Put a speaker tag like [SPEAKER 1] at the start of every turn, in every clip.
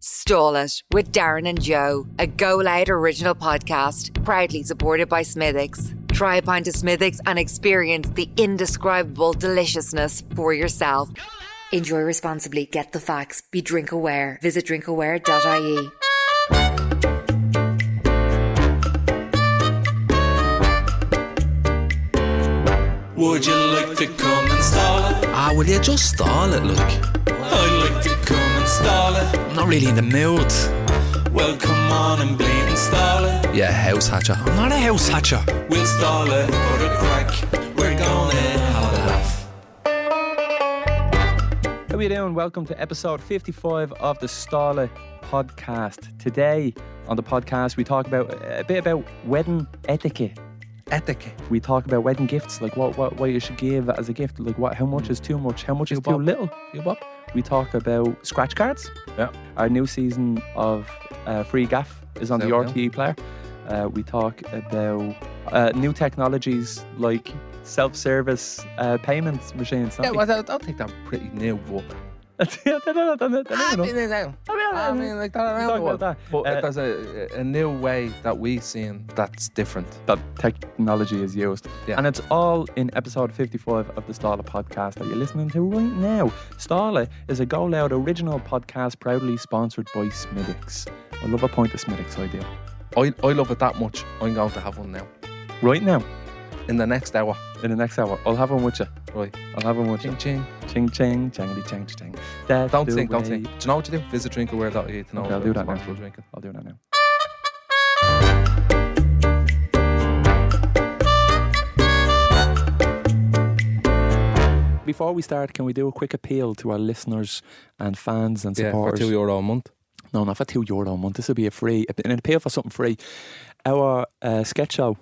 [SPEAKER 1] Stall It with Darren and Joe, a Go Loud original podcast, proudly supported by Smithix. Try a pint of Smithix and experience the indescribable deliciousness for yourself. Enjoy responsibly, get the facts, be drink aware. Visit drinkaware.ie.
[SPEAKER 2] Would you like to come and stall it?
[SPEAKER 3] Ah, will you just stall it, look?
[SPEAKER 2] I'd like to come and stall it.
[SPEAKER 3] I'm not really in the mood.
[SPEAKER 2] Well, come on and bleed and stall it.
[SPEAKER 3] Yeah, house hatcher. I'm not a house hatcher.
[SPEAKER 2] We'll stall it for the crack. We're gonna have a laugh.
[SPEAKER 4] How are you doing? Welcome to episode 55 of the Stala podcast. Today on the podcast, we talk about a bit about wedding etiquette.
[SPEAKER 3] Etiquette.
[SPEAKER 4] We talk about wedding gifts, like what what, what you should give as a gift, like what how much is too much, how much is too
[SPEAKER 3] bop.
[SPEAKER 4] little.
[SPEAKER 3] You what?
[SPEAKER 4] We talk about scratch cards.
[SPEAKER 3] Yeah.
[SPEAKER 4] Our new season of uh, Free Gaff is on
[SPEAKER 3] Is
[SPEAKER 4] the
[SPEAKER 3] out now.
[SPEAKER 4] RTE player. Uh, we talk about uh, new technologies like self-service uh, payments machines.
[SPEAKER 3] Yeah, well, I, I think that's pretty new. But I mean, I know. Oh, I mean, like that
[SPEAKER 4] Talk
[SPEAKER 3] around the
[SPEAKER 4] about
[SPEAKER 3] world.
[SPEAKER 4] that.
[SPEAKER 3] But
[SPEAKER 4] Uh,
[SPEAKER 3] there's a, a new way that we've seen that's different.
[SPEAKER 4] that technology is used.
[SPEAKER 3] Yeah.
[SPEAKER 4] And it's all in episode 55 of the Starla podcast that you're listening to right now. Starla is a Go Loud original podcast proudly sponsored by Smiddix. I love a point of Smiddix idea.
[SPEAKER 3] I, I love it that much. I'm going to have one now.
[SPEAKER 4] Right now,
[SPEAKER 3] In the next hour.
[SPEAKER 4] in the next hour, I'll have one with you.
[SPEAKER 3] Right.
[SPEAKER 4] I'll have one with you.
[SPEAKER 3] Ching ching.
[SPEAKER 4] Ching, ching, changity, chang, chang. That's
[SPEAKER 3] Don't
[SPEAKER 4] the
[SPEAKER 3] think, don't
[SPEAKER 4] way.
[SPEAKER 3] think. Do you know what you do? Visit drinkaware.ie E to know
[SPEAKER 4] Okay, I'll do that now.
[SPEAKER 3] responsible drinking.
[SPEAKER 4] I'll do that now. Before we start, can we do a quick appeal to our listeners and fans and
[SPEAKER 3] Yeah, for
[SPEAKER 4] supporters?
[SPEAKER 3] two euro a month.
[SPEAKER 4] no, not for two euro a month. This will be a free, an appeal for something free. Our uh, sketch show,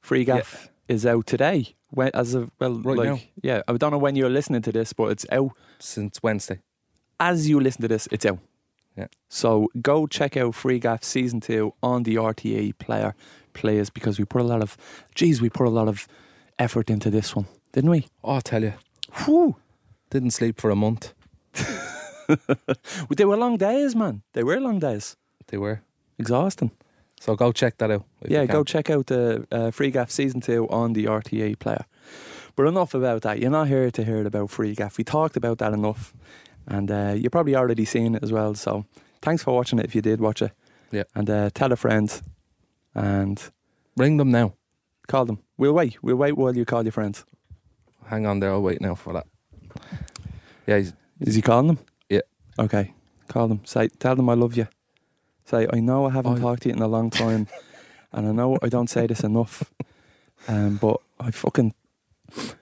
[SPEAKER 4] Free Gaff, is out today. When, as of, well,
[SPEAKER 3] Right
[SPEAKER 4] like,
[SPEAKER 3] now.
[SPEAKER 4] yeah, I don't know when you're listening to this, but it's out
[SPEAKER 3] Since Wednesday.
[SPEAKER 4] as you listen to this, it's out.
[SPEAKER 3] Yeah.
[SPEAKER 4] So go check out Free Gaff season two on the RTA player players because we put a lot of, geez, we put a lot of effort into this one, didn't we?
[SPEAKER 3] Oh, I tell you.
[SPEAKER 4] Whew.
[SPEAKER 3] Didn't sleep for a month.
[SPEAKER 4] They were long days, man. They were long days.
[SPEAKER 3] They were.
[SPEAKER 4] Exhausting.
[SPEAKER 3] So go check that out. if
[SPEAKER 4] yeah,
[SPEAKER 3] you
[SPEAKER 4] go
[SPEAKER 3] can.
[SPEAKER 4] check out the uh, Free Gaff season two on the RTA player. But enough about that. You're not here to hear about Free Gaff. We talked about that enough, and uh, you're probably already seeing it as well. So thanks for watching it if you did watch it.
[SPEAKER 3] Yeah.
[SPEAKER 4] And uh, tell a friend, and
[SPEAKER 3] Ring them now.
[SPEAKER 4] call them. We'll wait. We'll wait while you call your friends.
[SPEAKER 3] Hang on there. I'll wait now for that. Yeah, he's,
[SPEAKER 4] Is he calling them?
[SPEAKER 3] Yeah.
[SPEAKER 4] Okay. Call them. Say, tell them I love you. Say, I know I haven't
[SPEAKER 3] Oh.
[SPEAKER 4] talked to you in a long time, and I know I don't say this enough, um, but I fucking
[SPEAKER 3] I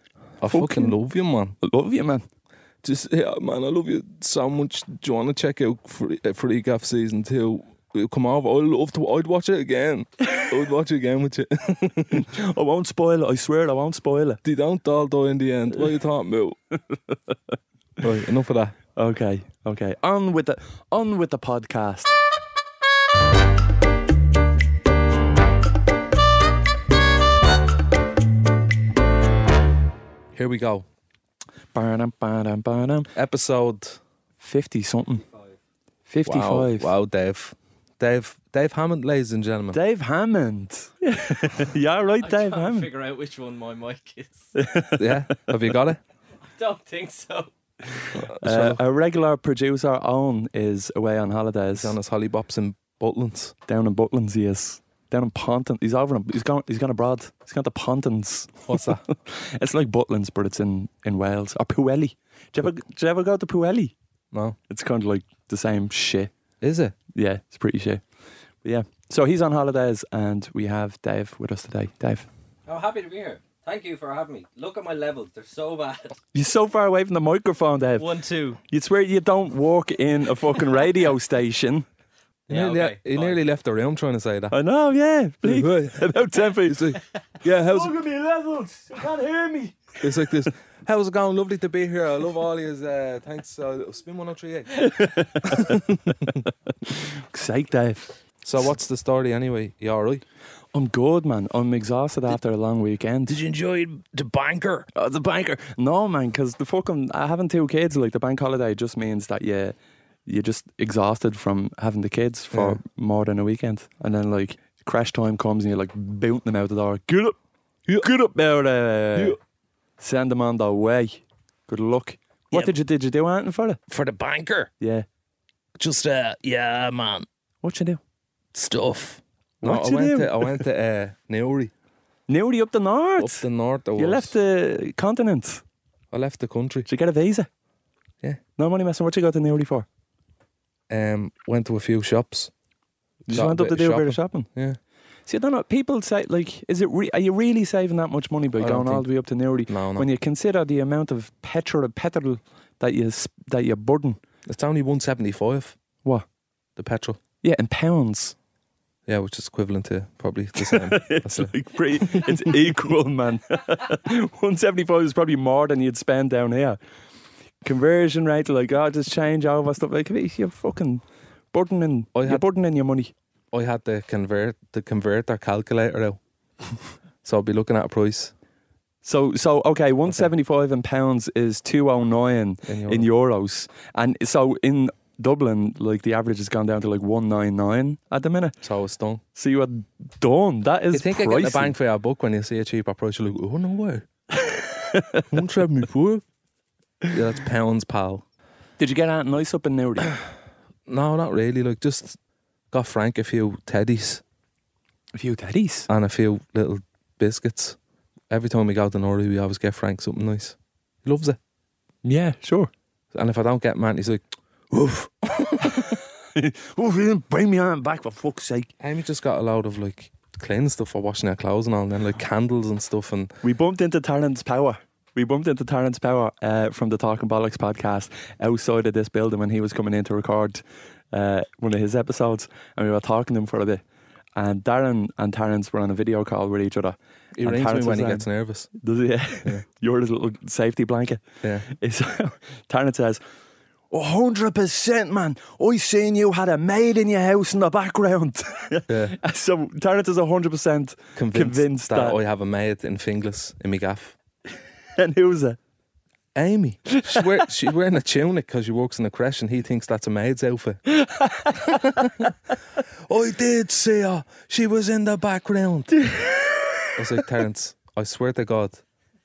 [SPEAKER 3] fucking
[SPEAKER 4] Fucking-
[SPEAKER 3] love you, man.
[SPEAKER 4] love you, man.
[SPEAKER 3] Just yeah, "Oh, man. I love you so much. Do you want to check out Free, uh, Free Gaff season two? It'll Come over. I love to. I'd watch it again. I'd watch it again with you.
[SPEAKER 4] I won't spoil it. I swear I won't spoil it.
[SPEAKER 3] They don't all die in the end. What are you talking about? right, enough of that.
[SPEAKER 4] Okay. Okay. On with the on with the podcast.
[SPEAKER 3] Here we go.
[SPEAKER 4] Ba-dum, ba-dum, ba-dum.
[SPEAKER 3] Episode
[SPEAKER 4] Fifty something. Fifty
[SPEAKER 3] wow,
[SPEAKER 4] five.
[SPEAKER 3] Wow, Dave. Dave. Dave Hammond, ladies and gentlemen.
[SPEAKER 4] Dave Hammond. yeah, right, Dave
[SPEAKER 5] can't
[SPEAKER 4] Hammond.
[SPEAKER 5] figure out which one my mic is.
[SPEAKER 3] Yeah. Have you got it?
[SPEAKER 5] Don't think so.
[SPEAKER 4] Uh, a regular producer, Owen, is away on holidays
[SPEAKER 3] Down as Holly Bops and Butlins.
[SPEAKER 4] down in Butlins. He is down in Ponton. He's over. In, he's gone. He's gone abroad. He's gone to Pontons.
[SPEAKER 3] What's that?
[SPEAKER 4] It's like Butlins, but it's in in Wales or Pwllheli. Do you ever do you ever go to Pwllheli?
[SPEAKER 3] no.
[SPEAKER 4] It's kind of like the same shit.
[SPEAKER 3] Is it?
[SPEAKER 4] Yeah, it's pretty shit. But yeah. So he's on holidays, and we have Dave with us today. Dave,
[SPEAKER 5] I'm Oh, happy to be here. Thank you for having me. Look at my levels; they're so bad.
[SPEAKER 4] you're so far away from the microphone, Dave.
[SPEAKER 5] One, two.
[SPEAKER 4] You'd swear you don't walk in a fucking radio station.
[SPEAKER 3] He,
[SPEAKER 5] Yeah,
[SPEAKER 3] nearly,
[SPEAKER 5] okay,
[SPEAKER 3] he
[SPEAKER 5] fine.
[SPEAKER 3] nearly left the room trying to say that.
[SPEAKER 4] I know, yeah. bleak.
[SPEAKER 3] Right.
[SPEAKER 4] About ten feet.
[SPEAKER 3] Yeah, how's
[SPEAKER 4] at me levels. You can't hear me.
[SPEAKER 3] it's like this? How's it going? Lovely to be here. I love all his uh, thanks. Uh, spin 1038.
[SPEAKER 4] Sake, Dave.
[SPEAKER 3] So, what's the story anyway? You all right?
[SPEAKER 4] I'm good, man. I'm exhausted after a long weekend.
[SPEAKER 3] you enjoy the banker?
[SPEAKER 4] Oh, the banker. No, man, because the fucking uh, having two kids like the bank holiday just means that you you're just exhausted from having the kids for more than a weekend. And then like crash time comes and you're like booting them out the door. Get up,
[SPEAKER 3] Yeah.
[SPEAKER 4] get up out there.
[SPEAKER 3] Yeah.
[SPEAKER 4] Send them on their way. Good luck. What
[SPEAKER 6] Yeah.
[SPEAKER 4] did you did you do anything for it?
[SPEAKER 6] for the banker.
[SPEAKER 4] Yeah.
[SPEAKER 6] Just uh, yeah, man,
[SPEAKER 4] What you do?
[SPEAKER 6] stuff.
[SPEAKER 3] No,
[SPEAKER 4] What
[SPEAKER 3] I
[SPEAKER 4] you
[SPEAKER 3] went,
[SPEAKER 4] do?
[SPEAKER 3] to, I went to uh, Newry,
[SPEAKER 4] Newry up the north.
[SPEAKER 3] up the north. I
[SPEAKER 4] you
[SPEAKER 3] was.
[SPEAKER 4] left the continent.
[SPEAKER 3] I left the country.
[SPEAKER 4] Did you get a visa?
[SPEAKER 3] Yeah.
[SPEAKER 4] No money messing. What you go to Newry for?
[SPEAKER 3] Um, went to a few shops.
[SPEAKER 4] You
[SPEAKER 3] Got
[SPEAKER 4] just
[SPEAKER 3] a
[SPEAKER 4] went up
[SPEAKER 3] bit
[SPEAKER 4] to
[SPEAKER 3] of
[SPEAKER 4] do a bit of shopping.
[SPEAKER 3] Yeah.
[SPEAKER 4] See, I don't know. People say, like, is it? Re- are you really saving that much money by
[SPEAKER 3] I don't
[SPEAKER 4] going all the way up to Newry?
[SPEAKER 3] No, no.
[SPEAKER 4] When you consider the amount of petrol, petrol that you s- that you burden,
[SPEAKER 3] It's only one seventy five.
[SPEAKER 4] What?
[SPEAKER 3] The petrol.
[SPEAKER 4] yeah, in pounds,
[SPEAKER 3] Yeah, which is equivalent to probably the same. That's it.
[SPEAKER 4] like pretty, it's equal, man. One seventy five is probably more than you'd spend down here. Conversion rate, like, oh, just change over stuff. Like, you're fucking burdening,
[SPEAKER 3] I
[SPEAKER 4] you're
[SPEAKER 3] had-
[SPEAKER 4] burdening your money.
[SPEAKER 3] I had the convert the converter calculator out, so I'll be looking at a price.
[SPEAKER 4] So so okay, one seventy five in pounds is two oh nine
[SPEAKER 3] In
[SPEAKER 4] in euros, and so in Dublin, like the average has gone down to like one nine nine at the minute.
[SPEAKER 3] So it's done.
[SPEAKER 4] So you are done. That is
[SPEAKER 3] You think I
[SPEAKER 4] pricey.
[SPEAKER 3] get the bang for your buck when you see a cheaper price? You're like, oh no way, one seventy five. Yeah, that's pounds, pal.
[SPEAKER 4] Did you get out nice up in Newry?
[SPEAKER 3] No, not really. Like just got Frank a few teddies
[SPEAKER 4] a few teddies.
[SPEAKER 3] and a few little biscuits. Every time we go to Norway, we always get Frank something nice. He loves it.
[SPEAKER 4] Yeah, sure.
[SPEAKER 3] And if I don't get man, he's like, woof.
[SPEAKER 4] Oh, you didn't bring me on back for fuck's sake.
[SPEAKER 3] Amy just got a load of like clean stuff for washing her clothes and all, and then like candles and stuff. And
[SPEAKER 4] We bumped into Terence Power. We bumped into Terence Power uh, from the Talking Bollocks podcast outside of this building when he was coming in to record uh, one of his episodes, and we were talking to him for a bit. And Darren and Terence were on a video call with each other.
[SPEAKER 3] he
[SPEAKER 4] And
[SPEAKER 3] rings me
[SPEAKER 4] Terence
[SPEAKER 3] when he
[SPEAKER 4] was
[SPEAKER 3] gets nervous.
[SPEAKER 4] like, Does he? Yeah. You're his little safety blanket.
[SPEAKER 3] Yeah.
[SPEAKER 4] It's, Terence says, "A 100% man, I seen you had a maid in your house in the background.
[SPEAKER 3] Yeah.
[SPEAKER 4] so Terence is 100%
[SPEAKER 3] Convinced,
[SPEAKER 4] Convinced
[SPEAKER 3] that,
[SPEAKER 4] that-
[SPEAKER 3] I have a maid in Finglas in my gaff.
[SPEAKER 4] and who's it?
[SPEAKER 3] Amy, she's, wear, she's wearing a tunic because she works in a creche and he thinks that's a maid's outfit. I did see her. She was in the background. I was like, Terence, I swear to God,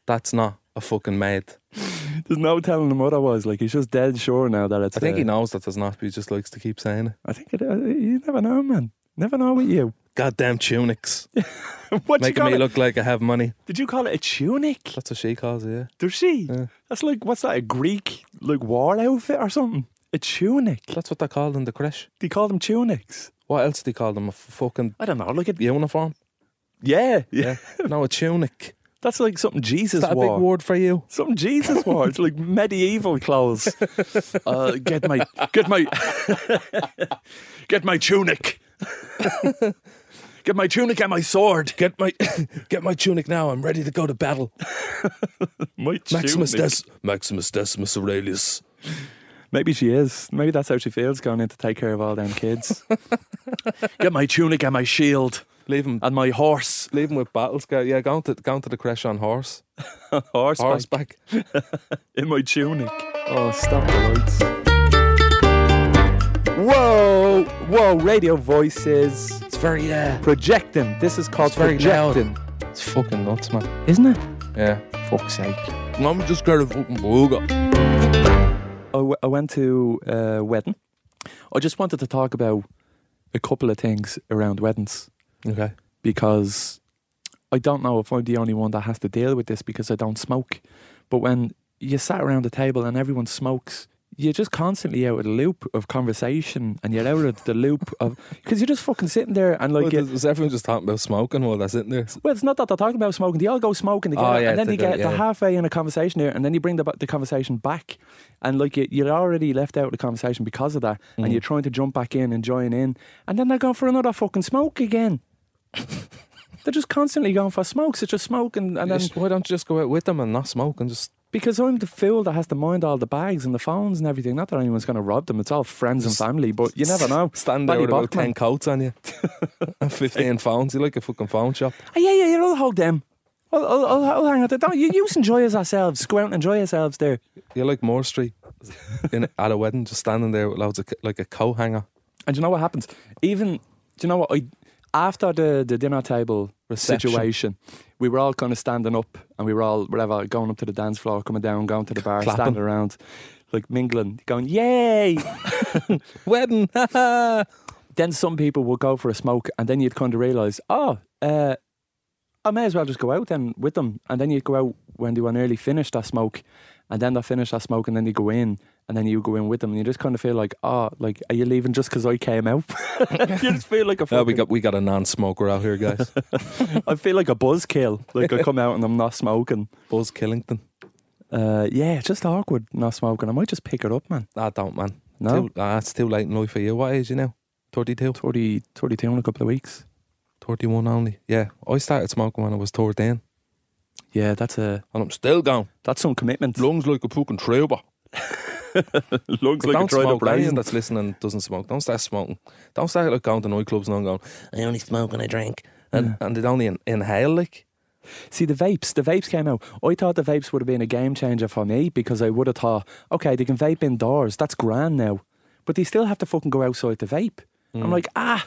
[SPEAKER 3] that's not a fucking maid.
[SPEAKER 4] There's no telling him what I was. Like he's just dead sure now that it's.
[SPEAKER 3] I think
[SPEAKER 4] uh,
[SPEAKER 3] he knows that there's not, but he just likes to keep saying it.
[SPEAKER 4] I think it, uh, you never know, man. Never know with you.
[SPEAKER 3] Goddamn tunics.
[SPEAKER 4] what you
[SPEAKER 3] Making
[SPEAKER 4] call
[SPEAKER 3] me
[SPEAKER 4] it?
[SPEAKER 3] look like I have money.
[SPEAKER 4] Did you call it a tunic?
[SPEAKER 3] That's what she calls it, yeah.
[SPEAKER 4] Does she? That's like what's that? A Greek like war outfit or something? A tunic?
[SPEAKER 3] That's what they called in the creche.
[SPEAKER 4] They call them tunics.
[SPEAKER 3] What else do they call them? A f- fucking
[SPEAKER 4] I don't know. Look at
[SPEAKER 3] uniform?
[SPEAKER 4] yeah, yeah.
[SPEAKER 3] Yeah. no, a tunic.
[SPEAKER 4] That's like something Jesus
[SPEAKER 3] Is that a
[SPEAKER 4] wore.
[SPEAKER 3] big word for you?
[SPEAKER 4] Something Jesus wore. It's like medieval clothes. uh, get my get my get my tunic. get my tunic and my sword.
[SPEAKER 3] Get my get my tunic now. I'm ready to go to battle.
[SPEAKER 4] My
[SPEAKER 3] Maximus
[SPEAKER 4] tunic.
[SPEAKER 3] Des- Maximus Decimus Aurelius.
[SPEAKER 4] Maybe she is. Maybe that's how she feels going in to take care of all them kids. Get my tunic and my shield
[SPEAKER 3] Leave him.
[SPEAKER 4] and my horse.
[SPEAKER 3] leave him with battle scar. Yeah, go to go to the crash on horse.
[SPEAKER 4] Horseback
[SPEAKER 3] Horseback.
[SPEAKER 4] in my tunic. Oh, stop the lights. Whoa, whoa, radio voices.
[SPEAKER 3] It's very yeah.
[SPEAKER 4] Projecting. This is called
[SPEAKER 3] It's very loud.
[SPEAKER 4] projecting.
[SPEAKER 3] It's fucking nuts, man.
[SPEAKER 4] Isn't it?
[SPEAKER 3] Yeah.
[SPEAKER 4] Fuck's sake.
[SPEAKER 3] I'm just gonna fucking booga.
[SPEAKER 4] I, w- I went to a wedding. I just wanted to talk about a couple of things around weddings.
[SPEAKER 3] Okay.
[SPEAKER 4] because I don't know if I'm the only one that has to deal with this because I don't smoke. But when you sat around the table and everyone smokes, you're just constantly out of the loop of conversation and you're out of the loop of because you're just fucking sitting there and like.
[SPEAKER 3] Like,
[SPEAKER 4] you-
[SPEAKER 3] is everyone just talking about smoking while they're sitting there?
[SPEAKER 4] well, it's not that they're talking about smoking. They all go smoking together,
[SPEAKER 3] Oh, yeah,
[SPEAKER 4] and then
[SPEAKER 3] they
[SPEAKER 4] they
[SPEAKER 3] do,
[SPEAKER 4] get
[SPEAKER 3] yeah.
[SPEAKER 4] they're halfway in a conversation there, and then you bring the, the conversation back, and like you, you're already left out of the conversation because of that,
[SPEAKER 3] Mm.
[SPEAKER 4] and you're trying to jump back in and join in, and then they're going for another fucking smoke again. they're just constantly going for smokes. It's just smoking, and then
[SPEAKER 3] Just- why don't you just go out with them and not smoke and just
[SPEAKER 4] because I'm the fool that has to mind all the bags and the phones and everything. Not that anyone's going to rob them. It's all friends and family, but you never know.
[SPEAKER 3] stand there
[SPEAKER 4] Benny
[SPEAKER 3] with about
[SPEAKER 4] Bachman.
[SPEAKER 3] ten coats on you and fifteen phones? You're like a fucking phone shop.
[SPEAKER 4] Oh, yeah, yeah, yeah. I'll hold them. I'll, I'll, I'll, I'll hang out there. Don't you? You just enjoy yourselves. Go out and enjoy yourselves there.
[SPEAKER 3] You're like Moore Street. in at a wedding, just standing there with loads of c- like a coat hanger.
[SPEAKER 4] And do you know what happens? Even do you know what I after the, the dinner table
[SPEAKER 3] Reception.
[SPEAKER 4] situation, we were all kind of standing up and we were all whatever going up to the dance floor, coming down, going to the bar,
[SPEAKER 3] Clapping.
[SPEAKER 4] standing around, like mingling, going, Yay!
[SPEAKER 3] Wedding.
[SPEAKER 4] then some people would go for a smoke and then you'd kind of realise, Oh, uh, I may as well just go out then with them. And then you'd go out when they were nearly finished that smoke and then they finish that smoke and then you go in and then you go in with them and you just kind of feel like, oh, like, are you leaving just because I came out? you just feel like a
[SPEAKER 3] no, we
[SPEAKER 4] fucking-
[SPEAKER 3] got we got a non-smoker out here, guys.
[SPEAKER 4] I feel like a buzzkill. Like I come out and I'm not smoking.
[SPEAKER 3] Buzz Killington.
[SPEAKER 4] Uh, yeah, it's just awkward not smoking. I might just pick it up, man.
[SPEAKER 3] I Ah, don't, man.
[SPEAKER 4] No?
[SPEAKER 3] Too, ah, it's too late in life for you. What age you now? 32?
[SPEAKER 4] 30, 32 in a couple of weeks.
[SPEAKER 3] 31 only. Yeah, I started smoking when I was 13,
[SPEAKER 4] Yeah, that's a
[SPEAKER 3] and I'm still going.
[SPEAKER 4] that's some commitment.
[SPEAKER 3] Lungs like a fucking tuba.
[SPEAKER 4] Lungs
[SPEAKER 3] But don't smoke. Anyone that's listening doesn't smoke. Don't start smoking. Don't start like going to nightclubs and I'm going. I only smoke when I drink, and and they only in- inhale like.
[SPEAKER 4] See the vapes. The vapes came out. I thought the vapes would have been a game changer for me because I would have thought, okay, they can vape indoors. That's grand now, but they still have to fucking go outside to vape. I'm like, ah,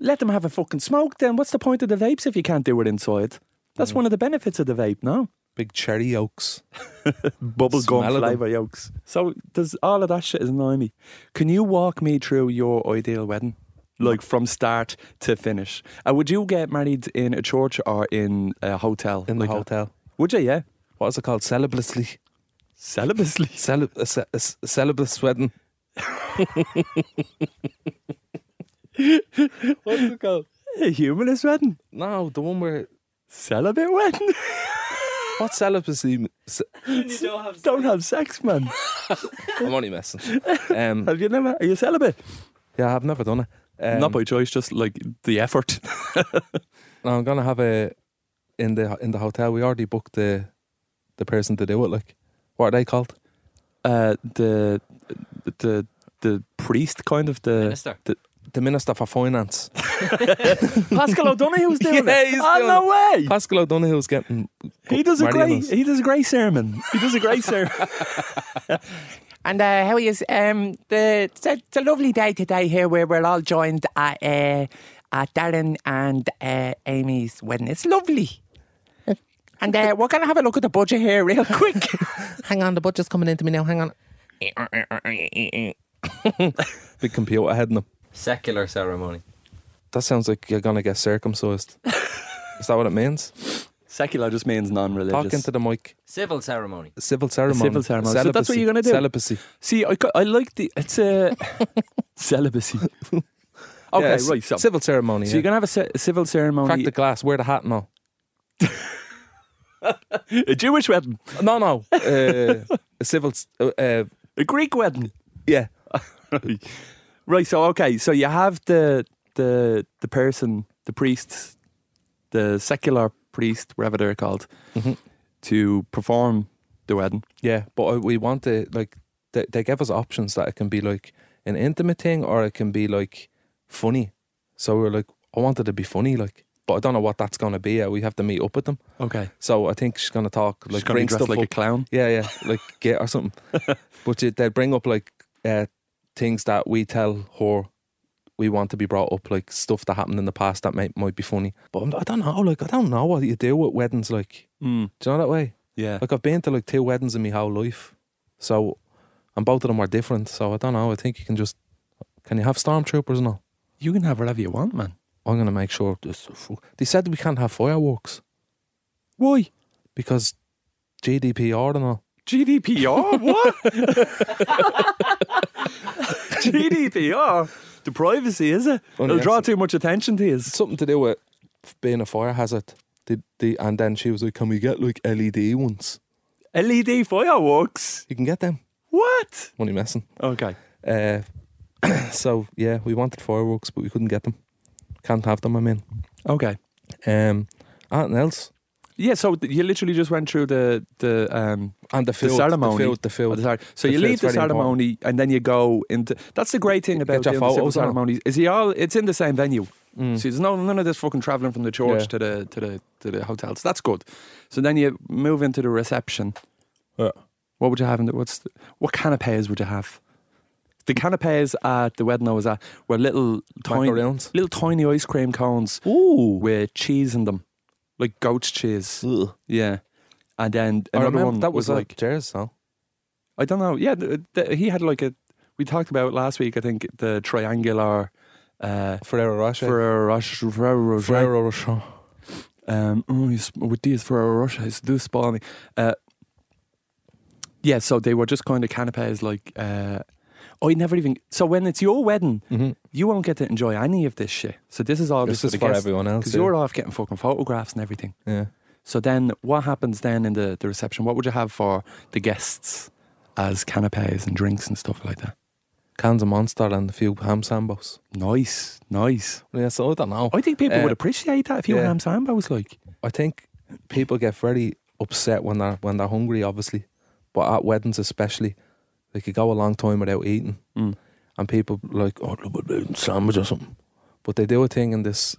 [SPEAKER 4] let them have a fucking smoke. Then what's the point of the vapes if you can't do it inside? That's one of the benefits of the vape. No.
[SPEAKER 3] Big cherry oaks.
[SPEAKER 4] bubble
[SPEAKER 3] Smell
[SPEAKER 4] gum
[SPEAKER 3] of them.
[SPEAKER 4] flavour yolks. So does all of that shit is annoying me. Can you walk me through your ideal wedding? Like from start to finish. And would you get married in a church or in a hotel?
[SPEAKER 3] In the
[SPEAKER 4] Like a-
[SPEAKER 3] hotel.
[SPEAKER 4] Would you, yeah?
[SPEAKER 3] What is it called? Celibacy.
[SPEAKER 4] Celibacy.
[SPEAKER 3] Celib- a, uh, ce- a, ce- a celibate wedding.
[SPEAKER 4] What's it called? A humanist wedding.
[SPEAKER 3] No, the one where
[SPEAKER 4] Celibate wedding.
[SPEAKER 3] what celibacy? m- ce-
[SPEAKER 5] You don't have
[SPEAKER 4] Don't have sex, man.
[SPEAKER 3] I'm only messing. Um,
[SPEAKER 4] Have you never? Are you celibate?
[SPEAKER 3] yeah, I've never done it. Um,
[SPEAKER 4] Not by choice, just like the effort.
[SPEAKER 3] no, I'm gonna have a in the in the hotel. We already booked the the person to do it. Like, what are they called?
[SPEAKER 4] Uh, the the the priest kind of the
[SPEAKER 5] Minister.
[SPEAKER 3] The Minister for Finance,
[SPEAKER 4] Pascal O'Donoghue's doing
[SPEAKER 3] Yeah,
[SPEAKER 4] it.
[SPEAKER 3] he's
[SPEAKER 4] oh
[SPEAKER 3] doing
[SPEAKER 4] no way.
[SPEAKER 3] Pascal O'Donoghue's getting.
[SPEAKER 4] He does a
[SPEAKER 3] marrying
[SPEAKER 4] great.
[SPEAKER 3] us.
[SPEAKER 4] He does a great sermon. He does a great sermon. and uh, how is um the it's a, it's a lovely day today here where we're all joined at uh, at Darren and uh, Amy's wedding. It's lovely. And uh, we're gonna have a look at the budget here real quick.
[SPEAKER 6] Hang on, the budget's coming into me now. Hang on.
[SPEAKER 3] big computer head in him.
[SPEAKER 5] Secular ceremony.
[SPEAKER 3] That sounds like you're gonna get circumcised. Is that what it means?
[SPEAKER 4] Secular just means non-religious.
[SPEAKER 3] Talking to the mic.
[SPEAKER 5] Civil ceremony.
[SPEAKER 3] Civil ceremony.
[SPEAKER 4] civil ceremony. So that's what
[SPEAKER 3] Celibacy.
[SPEAKER 4] you're gonna do?
[SPEAKER 3] Celibacy.
[SPEAKER 4] See, I, co- I like the it's a celibacy. okay,
[SPEAKER 3] Yeah, c-
[SPEAKER 4] right. So,
[SPEAKER 3] civil ceremony.
[SPEAKER 4] so
[SPEAKER 3] yeah.
[SPEAKER 4] you're gonna have a, ce- a civil ceremony,
[SPEAKER 3] crack the glass, wear the hat, and all.
[SPEAKER 4] a Jewish wedding,
[SPEAKER 3] No, no. Uh, a civil. s- Uh, uh,
[SPEAKER 4] a Greek wedding.
[SPEAKER 3] yeah.
[SPEAKER 4] Right. So okay. So you have the the the person, the priest, the secular priest, whatever they're called, to perform the wedding.
[SPEAKER 3] Yeah, but I- we want to like they, they give us options that it can be like an intimate thing or it can be like funny. So we were like, I wanted to be funny, like, but I don't know what that's gonna be. yet. We have to meet up with them.
[SPEAKER 4] Okay.
[SPEAKER 3] So I think she's gonna talk like
[SPEAKER 4] Like gonna be
[SPEAKER 3] bring
[SPEAKER 4] dressed
[SPEAKER 3] stuff
[SPEAKER 4] like a
[SPEAKER 3] up.
[SPEAKER 4] clown.
[SPEAKER 3] yeah, yeah, like get or something. but you- they bring up like uh, things that we tell her we want to be brought up, like stuff that happened in the past that might might be funny. But I'm, I don't know, like I don't know what you do with weddings, like.
[SPEAKER 4] Mm,
[SPEAKER 3] Do you know that way?
[SPEAKER 4] yeah.
[SPEAKER 3] Like I've been to like two weddings in my whole life, so and both of them are different. So I don't know. I think you can just can you have stormtroopers and all?
[SPEAKER 4] You can have whatever you want, man.
[SPEAKER 3] I'm gonna make sure. This, they said we can't have fireworks
[SPEAKER 4] Why?
[SPEAKER 3] because GDPR and all.
[SPEAKER 4] GDPR? What? GDPR? The privacy, is it?
[SPEAKER 3] Only
[SPEAKER 4] It'll draw
[SPEAKER 3] that's-
[SPEAKER 4] too much attention to you.
[SPEAKER 3] It's something to do with being a fire hazard. They, they, and then she was like, "Can we get like LED ones?
[SPEAKER 4] LED E fireworks?
[SPEAKER 3] You can get them.
[SPEAKER 4] What?
[SPEAKER 3] Money messing."
[SPEAKER 4] Okay.
[SPEAKER 3] Uh, so yeah, we wanted fireworks, but we couldn't get them. Can't have them. I mean,
[SPEAKER 4] Okay.
[SPEAKER 3] um, anything else?
[SPEAKER 4] Yeah, so th- you literally just went through the the um
[SPEAKER 3] And the
[SPEAKER 4] the
[SPEAKER 3] field,
[SPEAKER 4] ceremony.
[SPEAKER 3] the field, the
[SPEAKER 4] Oh,
[SPEAKER 3] field.
[SPEAKER 4] the cer- so
[SPEAKER 3] The
[SPEAKER 4] you
[SPEAKER 3] field's
[SPEAKER 4] leave the
[SPEAKER 3] very important.
[SPEAKER 4] ceremony and then you go into. That's the great thing about
[SPEAKER 3] your
[SPEAKER 4] doing the civil
[SPEAKER 3] photos and all.
[SPEAKER 4] ceremonies. Is he all? It's in the same venue.
[SPEAKER 3] Mm.
[SPEAKER 4] So there's no none of this fucking traveling from the church to
[SPEAKER 3] Yeah.
[SPEAKER 4] the to the to the hotel. So that's good. So then you move into the reception.
[SPEAKER 3] Yeah.
[SPEAKER 4] What would you have? In the, what's the, what canapes would you have? The canapes at the wedding I was at were little tiny,
[SPEAKER 3] Macaroons?
[SPEAKER 4] little tiny ice cream cones
[SPEAKER 3] Ooh.
[SPEAKER 4] with cheese in them, like goat's cheese.
[SPEAKER 3] Ugh.
[SPEAKER 4] Yeah, and then
[SPEAKER 3] I
[SPEAKER 4] another
[SPEAKER 3] remember
[SPEAKER 4] one
[SPEAKER 3] that was,
[SPEAKER 4] like
[SPEAKER 3] like Jers, no?
[SPEAKER 4] I don't know. Yeah, th- th- he had like a. We talked about last week. I think the triangular. Uh,
[SPEAKER 3] Ferrero Rocher.
[SPEAKER 4] Ferrero Rocher, Ferrero Rocher.
[SPEAKER 3] Ferrero Rocher.
[SPEAKER 4] Um, oh, you sp- with these Ferrero Rochers, do spoil me. Uh, yeah, so they were just kind of canapes. Like, uh, I never even. So when it's your wedding, you won't get to enjoy any of this shit. So this is all
[SPEAKER 3] Mm-hmm.
[SPEAKER 4] just
[SPEAKER 3] This
[SPEAKER 4] for
[SPEAKER 3] is
[SPEAKER 4] the
[SPEAKER 3] for
[SPEAKER 4] guests,
[SPEAKER 3] everyone else,
[SPEAKER 4] because
[SPEAKER 3] yeah.
[SPEAKER 4] you're off getting fucking photographs and everything.
[SPEAKER 3] Yeah.
[SPEAKER 4] So then, what happens then in the, the reception? What would you have for the guests as canapes and drinks and stuff like that?
[SPEAKER 3] Cans of Monster and a few ham sambos.
[SPEAKER 4] Nice, nice.
[SPEAKER 3] Yeah, so I don't know.
[SPEAKER 4] I think people
[SPEAKER 3] Uh,
[SPEAKER 4] would appreciate that if you
[SPEAKER 3] yeah.
[SPEAKER 4] were Ham Samba was like,
[SPEAKER 3] I think people get very upset when they're when they're hungry, obviously, but at weddings especially, they could go a long time without eating,
[SPEAKER 4] Mm.
[SPEAKER 3] and people like oh, look, we're eating sandwich or something. But they do a thing in this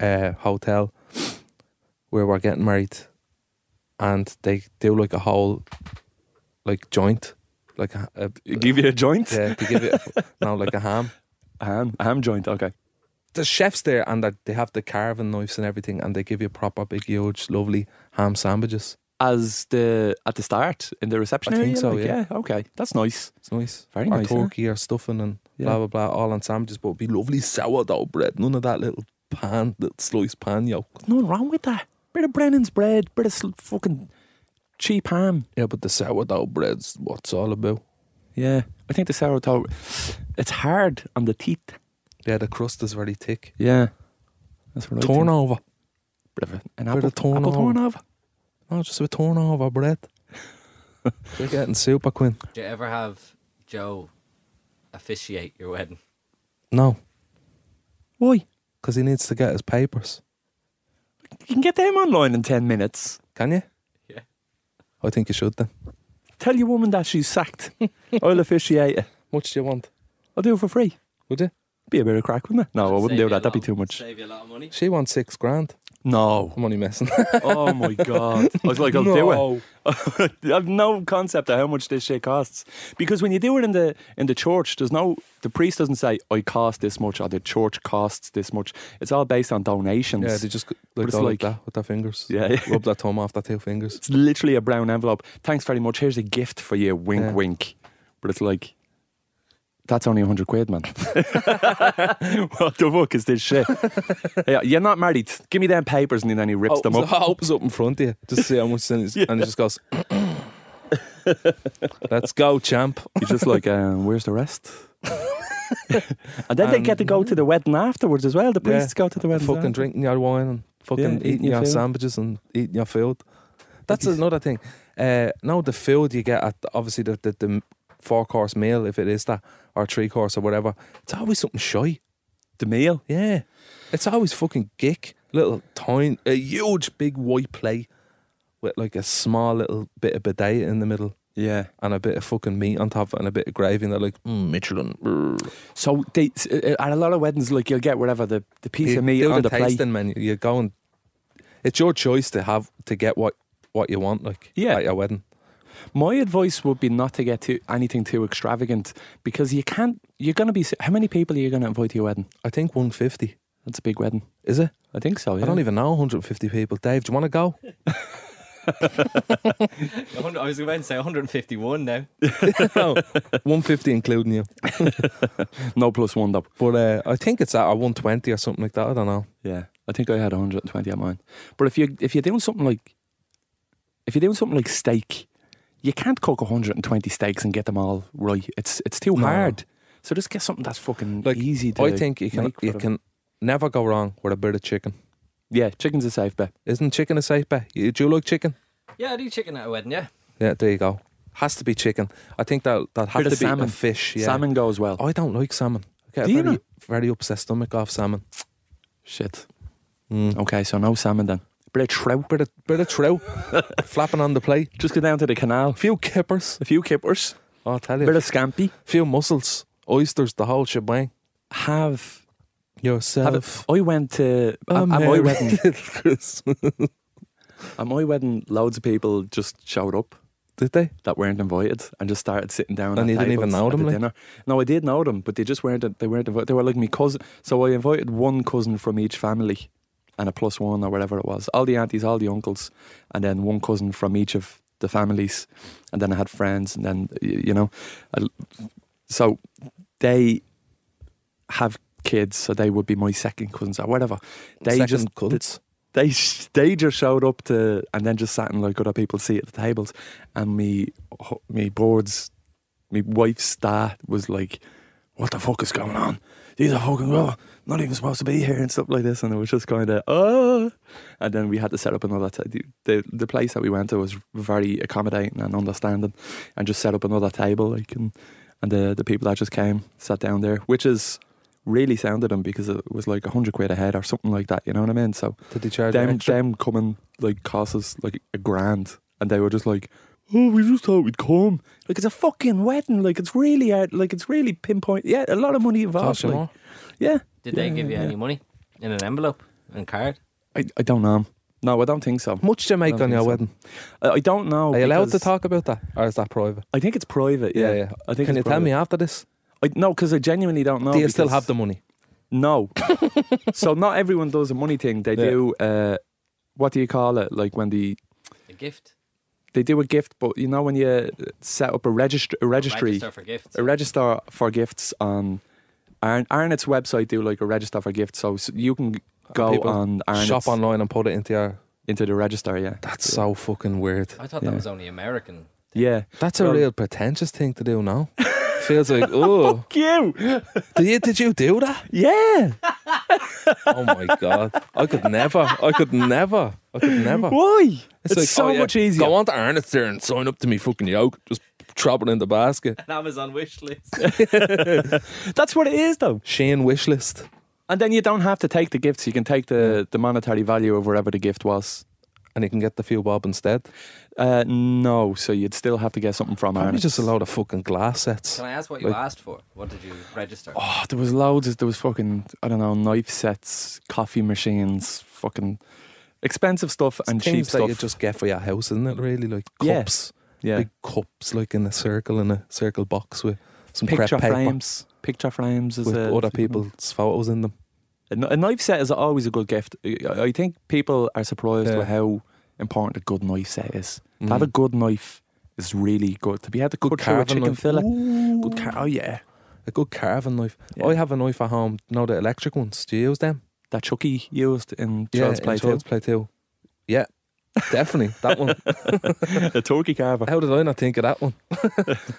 [SPEAKER 3] uh, hotel where we're getting married, and they do like a whole like joint, like a, a,
[SPEAKER 4] give you a joint,
[SPEAKER 3] yeah, to give it no like a ham.
[SPEAKER 4] a ham, a ham joint. Okay,
[SPEAKER 3] The chefs there, and that they have the carving knives and everything, and they give you proper big, huge, lovely ham sandwiches.
[SPEAKER 4] as the at the start in the reception
[SPEAKER 3] I
[SPEAKER 4] area.
[SPEAKER 3] think so,
[SPEAKER 4] like,
[SPEAKER 3] yeah.
[SPEAKER 4] okay, that's nice.
[SPEAKER 3] It's nice.
[SPEAKER 4] Very
[SPEAKER 3] or
[SPEAKER 4] nice, yeah.
[SPEAKER 3] Turkey or stuffing and
[SPEAKER 4] Yeah.
[SPEAKER 3] blah blah blah, all on sandwiches, but it'd be lovely sourdough bread. None of that little pan, that sliced pan yolk.
[SPEAKER 4] Nothing wrong with that. Bit of Brennan's bread, bit of sl- fucking cheap ham.
[SPEAKER 3] Yeah, but the sourdough bread's what's all about.
[SPEAKER 4] Yeah, I think the sourdough. It's hard on the teeth.
[SPEAKER 3] Yeah, the crust is very thick.
[SPEAKER 4] Yeah, that's what I
[SPEAKER 3] Turn
[SPEAKER 4] think.
[SPEAKER 3] over.
[SPEAKER 4] Bit of a- an
[SPEAKER 3] bit
[SPEAKER 4] apple,
[SPEAKER 3] of torn
[SPEAKER 4] apple
[SPEAKER 3] over.
[SPEAKER 4] torn over.
[SPEAKER 3] No, just a turn over bread. They're getting super queen.
[SPEAKER 5] Do you ever have Joe officiate your wedding?
[SPEAKER 3] No,
[SPEAKER 4] Why?
[SPEAKER 3] because he needs to get his papers.
[SPEAKER 4] You can get them online in 10 minutes.
[SPEAKER 3] Can you?
[SPEAKER 5] Yeah.
[SPEAKER 3] I think you should then.
[SPEAKER 4] Tell your woman that she's sacked. I'll officiate it.
[SPEAKER 3] Much do you want?
[SPEAKER 4] I'll do it for free.
[SPEAKER 3] Would you?
[SPEAKER 4] Be a bit of crack, wouldn't it? No, Oh, I wouldn't
[SPEAKER 5] Save
[SPEAKER 4] do
[SPEAKER 5] you a
[SPEAKER 4] that. That'd be
[SPEAKER 5] lot-
[SPEAKER 4] too much.
[SPEAKER 5] Save you a lot of money.
[SPEAKER 3] She wants six grand.
[SPEAKER 4] No.
[SPEAKER 3] I'm only messing.
[SPEAKER 4] Oh my God. I was like, I'll do
[SPEAKER 3] No.
[SPEAKER 4] it. I've no concept of how much this shit costs. Because when you do it in the in the church, there's no the priest doesn't say, I cost this much or the church costs this much. It's all based on donations.
[SPEAKER 3] yeah, they just
[SPEAKER 4] But
[SPEAKER 3] like
[SPEAKER 4] it's
[SPEAKER 3] go like,
[SPEAKER 4] like-
[SPEAKER 3] that with their fingers.
[SPEAKER 4] Yeah, yeah.
[SPEAKER 3] Rub their thumb off their two fingers.
[SPEAKER 4] it's literally a brown envelope. Thanks very much. Here's a gift for you. Wink,
[SPEAKER 3] Yeah.
[SPEAKER 4] wink. But it's like, that's only 100 quid, man. what the fuck is this shit? yeah, you're not married. Give me them papers. And then he rips them up.
[SPEAKER 3] Opens- Opens up in front of you just to see how much it is. And he just goes, Let's go, champ.
[SPEAKER 4] You're just like, um, where's the rest? and then they get to go to the wedding afterwards as well. The priests go to the wedding.
[SPEAKER 3] Um, Fucking
[SPEAKER 4] after-
[SPEAKER 3] drinking your wine and fucking
[SPEAKER 4] Yeah,
[SPEAKER 3] eating,
[SPEAKER 4] eating your
[SPEAKER 3] your,
[SPEAKER 4] food.
[SPEAKER 3] sandwiches and eating your food. That's another thing. Uh, now, the food you get at obviously the, the, the four course meal, if it is that, or three course or whatever, it's always something shy.
[SPEAKER 4] The meal.
[SPEAKER 3] Yeah. It's always fucking gick. Little tiny, a huge big white plate with like a small little bit of bidet in the middle.
[SPEAKER 4] Yeah.
[SPEAKER 3] and a bit of fucking meat on top and a bit of gravy, and they're like, mm, Michelin. brr."
[SPEAKER 4] So they s- uh, at a lot of weddings, like you'll get whatever the, the piece
[SPEAKER 3] You
[SPEAKER 4] of meat
[SPEAKER 3] do
[SPEAKER 4] on
[SPEAKER 3] the
[SPEAKER 4] the, plate.
[SPEAKER 3] tasting menu. You're going. It's your choice to have to get what what you want, like
[SPEAKER 4] Yeah.
[SPEAKER 3] at your wedding.
[SPEAKER 4] My advice would be not to get too, anything too extravagant because you can't. You're going to be. How many people are you going to invite to your wedding?
[SPEAKER 3] I think 150
[SPEAKER 4] That's a big wedding.
[SPEAKER 3] is it?
[SPEAKER 4] I think so. Yeah.
[SPEAKER 3] I don't even know 150 people. Dave, do you want to go?
[SPEAKER 5] 100 I was about to say 151 now.
[SPEAKER 3] no, 150 including you.
[SPEAKER 4] no plus one though.
[SPEAKER 3] But uh, I think it's at a 120 or something like that. I don't know.
[SPEAKER 4] Yeah, I think I had 120 at mine. But if you if you're doing something like if you're doing something like steak, you can't cook 120 steaks and get them all right. It's it's too
[SPEAKER 3] No.
[SPEAKER 4] hard. So just get something that's fucking
[SPEAKER 3] Like
[SPEAKER 4] easy. To
[SPEAKER 3] I think you can
[SPEAKER 4] make for
[SPEAKER 3] you
[SPEAKER 4] them.
[SPEAKER 3] can never go wrong with a bit of chicken.
[SPEAKER 4] Yeah, chicken's a safe bet.
[SPEAKER 3] Isn't chicken a safe bet? You- Do you like chicken?
[SPEAKER 5] Yeah, I do chicken at a wedding, yeah.
[SPEAKER 3] Yeah, there you go. Has to be chicken. I think that that has
[SPEAKER 4] Bit
[SPEAKER 3] to be
[SPEAKER 4] of salmon.
[SPEAKER 3] a fish. Yeah. Oh.
[SPEAKER 4] Salmon goes well.
[SPEAKER 3] I don't like salmon. I get
[SPEAKER 4] Do you
[SPEAKER 3] a very,
[SPEAKER 4] not?
[SPEAKER 3] very upset stomach off salmon. Mm.
[SPEAKER 4] Shit. Okay, so no salmon then. Bit of trout.
[SPEAKER 3] Bit of bit of trout flapping on the plate.
[SPEAKER 4] Just go down to the canal.
[SPEAKER 3] Few kippers.
[SPEAKER 4] A few kippers.
[SPEAKER 3] I'll tell you.
[SPEAKER 4] Bit of scampi.
[SPEAKER 3] few mussels, oysters, the whole shebang.
[SPEAKER 4] Have. have a-
[SPEAKER 3] Yourself.
[SPEAKER 4] Uh, I went to
[SPEAKER 3] a
[SPEAKER 4] at at my
[SPEAKER 3] Oh, merry
[SPEAKER 4] wedding.
[SPEAKER 3] little Christmas.
[SPEAKER 4] At my wedding, loads of people just showed up.
[SPEAKER 3] Did they?
[SPEAKER 4] that weren't invited and just started sitting down.
[SPEAKER 3] And
[SPEAKER 4] at
[SPEAKER 3] you didn't
[SPEAKER 4] tables
[SPEAKER 3] even know
[SPEAKER 4] at
[SPEAKER 3] them,
[SPEAKER 4] the
[SPEAKER 3] like?
[SPEAKER 4] dinner. No, I did know them, but they just weren't. They weren't invited. They were like my cousin. So I invited one cousin from each family, and a plus one or whatever it was. All the aunties, all the uncles, and then one cousin from each of the families, and then I had friends, and then y- you know, I, so they have kids, so they would be my second cousins or whatever. They
[SPEAKER 3] Second
[SPEAKER 4] just
[SPEAKER 3] cousins?
[SPEAKER 4] They sh- they just showed up to and then just sat and like other people see at the tables, and me hu- me boards, me wife's dad was like, "What the fuck is going on? These are fucking well, not even supposed to be here and stuff like this." And it was just kind of oh, and then we had to set up another. ta- the, the the place that we went to was very accommodating and understanding, and just set up another table like and and the the people that just came sat down there, which is really sounded them because it was like hundred quid a head or something like that. You know what I mean? So
[SPEAKER 3] Did they charge you
[SPEAKER 4] them
[SPEAKER 3] extra?
[SPEAKER 4] them coming like cost us like a grand, and they were just like, "Oh, we just thought we'd come." Like it's a fucking wedding. Like it's really hard. Like it's really pinpoint. Yeah, a lot of money involved.
[SPEAKER 3] Cost you
[SPEAKER 4] like,
[SPEAKER 3] more?
[SPEAKER 4] Yeah.
[SPEAKER 5] Did they give you any money in an envelope and card?
[SPEAKER 4] I, I don't know. No, I don't think so.
[SPEAKER 3] Much do you make
[SPEAKER 4] Don't
[SPEAKER 3] on
[SPEAKER 4] think
[SPEAKER 3] your
[SPEAKER 4] so.
[SPEAKER 3] wedding?
[SPEAKER 4] I, I don't know.
[SPEAKER 3] Are you allowed to
[SPEAKER 4] Oh, because
[SPEAKER 3] talk about that, or is that private?
[SPEAKER 4] I think it's private. Yeah, I think it's
[SPEAKER 3] Can you tell
[SPEAKER 4] private.
[SPEAKER 3] me after this?
[SPEAKER 4] I, no, because I genuinely don't know.
[SPEAKER 3] Do you still
[SPEAKER 4] because-
[SPEAKER 3] have the money?
[SPEAKER 4] No. so not everyone does a money thing. They
[SPEAKER 3] Yeah.
[SPEAKER 4] do. Uh, what do you call it? Like when the
[SPEAKER 5] A gift?
[SPEAKER 4] they do a gift, but you know when you set up a register, a registry,
[SPEAKER 5] Register for gifts.
[SPEAKER 4] a register for gifts on Arn- Arnott's website. Do like a register for gifts, so, s you can go
[SPEAKER 3] people
[SPEAKER 4] on Arnott's
[SPEAKER 3] Shop online and put it into your.
[SPEAKER 4] into the register. Yeah,
[SPEAKER 3] That's so fucking weird.
[SPEAKER 5] I thought
[SPEAKER 4] Yeah.
[SPEAKER 5] that was only American.
[SPEAKER 4] yeah.
[SPEAKER 3] That's a
[SPEAKER 4] Well-
[SPEAKER 3] real pretentious thing to do now. Feels like, oh,
[SPEAKER 4] You,
[SPEAKER 3] did you, did you do that?
[SPEAKER 4] yeah.
[SPEAKER 3] Oh my God. I could never. I could never. I could never.
[SPEAKER 4] Why? It's,
[SPEAKER 3] like,
[SPEAKER 4] so
[SPEAKER 3] oh, yeah,
[SPEAKER 4] much easier.
[SPEAKER 3] Go on to Ernest there and sign up to me fucking yoke. Just drop it in the basket.
[SPEAKER 5] An Amazon wish list.
[SPEAKER 4] That's what it is, though.
[SPEAKER 3] Shane wish list.
[SPEAKER 4] And then you don't have to take the gifts. You can take the the monetary value of wherever the gift was.
[SPEAKER 3] And you can get the few bob instead.
[SPEAKER 4] Uh, no, so you'd still have to get something from
[SPEAKER 3] Probably
[SPEAKER 4] Arnott's.
[SPEAKER 3] just a load of fucking glass sets.
[SPEAKER 5] Can I ask what you asked for? What did you register?
[SPEAKER 4] Oh, there was loads. There was fucking I don't know knife sets, coffee machines, fucking expensive stuff and cheap
[SPEAKER 3] Things that
[SPEAKER 4] stuff.
[SPEAKER 3] you just get for your house, isn't it? Really, like
[SPEAKER 4] Yeah.
[SPEAKER 3] cups,
[SPEAKER 4] yeah,
[SPEAKER 3] big cups, like in a circle in a circle box with some
[SPEAKER 4] picture
[SPEAKER 3] crepe paper
[SPEAKER 4] frames. Picture frames is
[SPEAKER 3] with
[SPEAKER 4] a,
[SPEAKER 3] other people's photos in them.
[SPEAKER 4] A kn- a knife set is always a good gift. I I think people are surprised
[SPEAKER 3] Yeah. Mm.
[SPEAKER 4] with how important a good knife set is. To have a good knife is really good. To be able to cut through a
[SPEAKER 3] carving
[SPEAKER 4] chicken
[SPEAKER 3] knife.
[SPEAKER 4] fillet. Good car- oh yeah,
[SPEAKER 3] A good carving knife.
[SPEAKER 4] Yeah.
[SPEAKER 3] I have a knife at home. No, the electric ones. Do you use them?
[SPEAKER 4] that Chucky used in Child's
[SPEAKER 3] in
[SPEAKER 4] Play
[SPEAKER 3] Child's Play Two. Yeah, definitely that one.
[SPEAKER 4] Two, a turkey carver.
[SPEAKER 3] How did I not think of that one?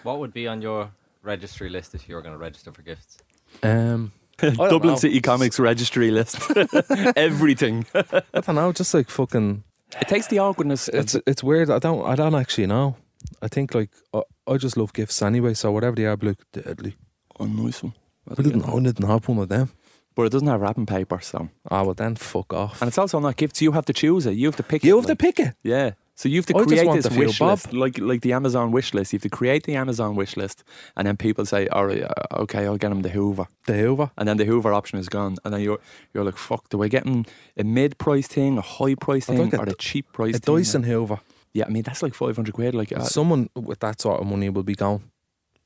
[SPEAKER 5] What would be on your registry list if you were going to register for gifts?
[SPEAKER 3] Um, I don't
[SPEAKER 4] Dublin
[SPEAKER 3] know.
[SPEAKER 4] City Comics registry list. Everything.
[SPEAKER 3] I don't know. Just like fucking.
[SPEAKER 4] It takes the awkwardness. of
[SPEAKER 3] It's it's weird. I don't I don't actually know. I think like I, I just love gifts anyway. So whatever they are, I'd be like deadly.
[SPEAKER 4] Oh, nice one.
[SPEAKER 3] I didn't I didn't have one of them.
[SPEAKER 4] But it doesn't have wrapping paper, so.
[SPEAKER 3] Ah, well then fuck off.
[SPEAKER 4] And it's also not gifts. You have to choose it. You have to pick
[SPEAKER 3] you
[SPEAKER 4] it.
[SPEAKER 3] have to
[SPEAKER 4] like-
[SPEAKER 3] pick it.
[SPEAKER 4] Yeah. So you have to
[SPEAKER 3] I just
[SPEAKER 4] create
[SPEAKER 3] want
[SPEAKER 4] this
[SPEAKER 3] the feel,
[SPEAKER 4] wish
[SPEAKER 3] Bob.
[SPEAKER 4] list, like like the Amazon wish list. You have to create the Amazon wish list, and then people say, "All right, uh, okay, I'll get him the Hoover,"
[SPEAKER 3] The Hoover.
[SPEAKER 4] and then the Hoover option is gone, and then you're you're like, "Fuck, do I get him a mid price thing, a high price
[SPEAKER 3] I'd like
[SPEAKER 4] thing,
[SPEAKER 3] a
[SPEAKER 4] or
[SPEAKER 3] D-
[SPEAKER 4] a cheap price?"
[SPEAKER 3] A
[SPEAKER 4] thing?
[SPEAKER 3] Dyson Hoover.
[SPEAKER 4] Yeah, I mean that's like five hundred quid. Like, uh,
[SPEAKER 3] Someone with that sort of money will be gone.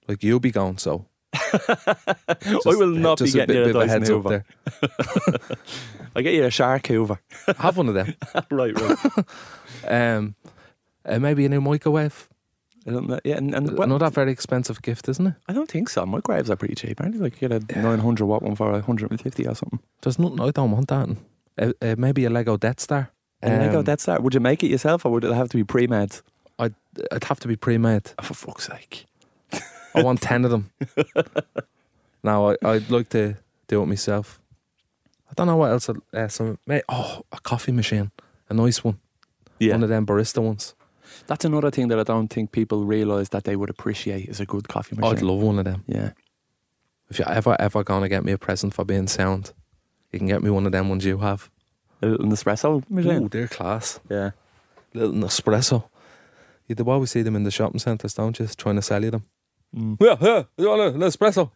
[SPEAKER 3] Like you'll be gone. So
[SPEAKER 4] I will not be
[SPEAKER 3] just a
[SPEAKER 4] getting
[SPEAKER 3] bit,
[SPEAKER 4] you a
[SPEAKER 3] bit of a
[SPEAKER 4] Dyson
[SPEAKER 3] heads up
[SPEAKER 4] Hoover.
[SPEAKER 3] there.
[SPEAKER 4] I get you a shark Hoover.
[SPEAKER 3] Have one of them.
[SPEAKER 4] right, right.
[SPEAKER 3] Um, uh, maybe a new microwave.
[SPEAKER 4] I don't know. Um, Yeah, and, and well,
[SPEAKER 3] Not that very expensive gift, isn't it?
[SPEAKER 4] I don't think so. Microwaves are pretty cheap, aren't they? Like you get a 900 watt one for 150 or something.
[SPEAKER 3] There's nothing. I don't want that. Uh, uh, maybe a Lego Death Star.
[SPEAKER 4] And Lego
[SPEAKER 3] Um,
[SPEAKER 4] Death Star. Would you make it yourself or would it have to be pre made?
[SPEAKER 3] I'd, I'd have to be pre-made.
[SPEAKER 4] for fuck's sake.
[SPEAKER 3] I want ten of them. now I, I'd like to do it myself. I don't know what else. I'd, uh, some may- oh, a coffee machine, a nice one,
[SPEAKER 4] Yeah.
[SPEAKER 3] one of them barista ones.
[SPEAKER 4] That's another thing that I don't think people realise that they would appreciate is a good coffee machine.
[SPEAKER 3] I'd love one of them.
[SPEAKER 4] Yeah.
[SPEAKER 3] If you're ever ever gonna get me a present for being sound, you can get me one of them ones you have.
[SPEAKER 4] A little Nespresso machine.
[SPEAKER 3] Ooh, they're class.
[SPEAKER 4] Yeah.
[SPEAKER 3] Little Nespresso. You do always see them in the shopping centres, don't you? Trying to sell you them.
[SPEAKER 4] Mm.
[SPEAKER 3] Yeah, yeah, you want an espresso?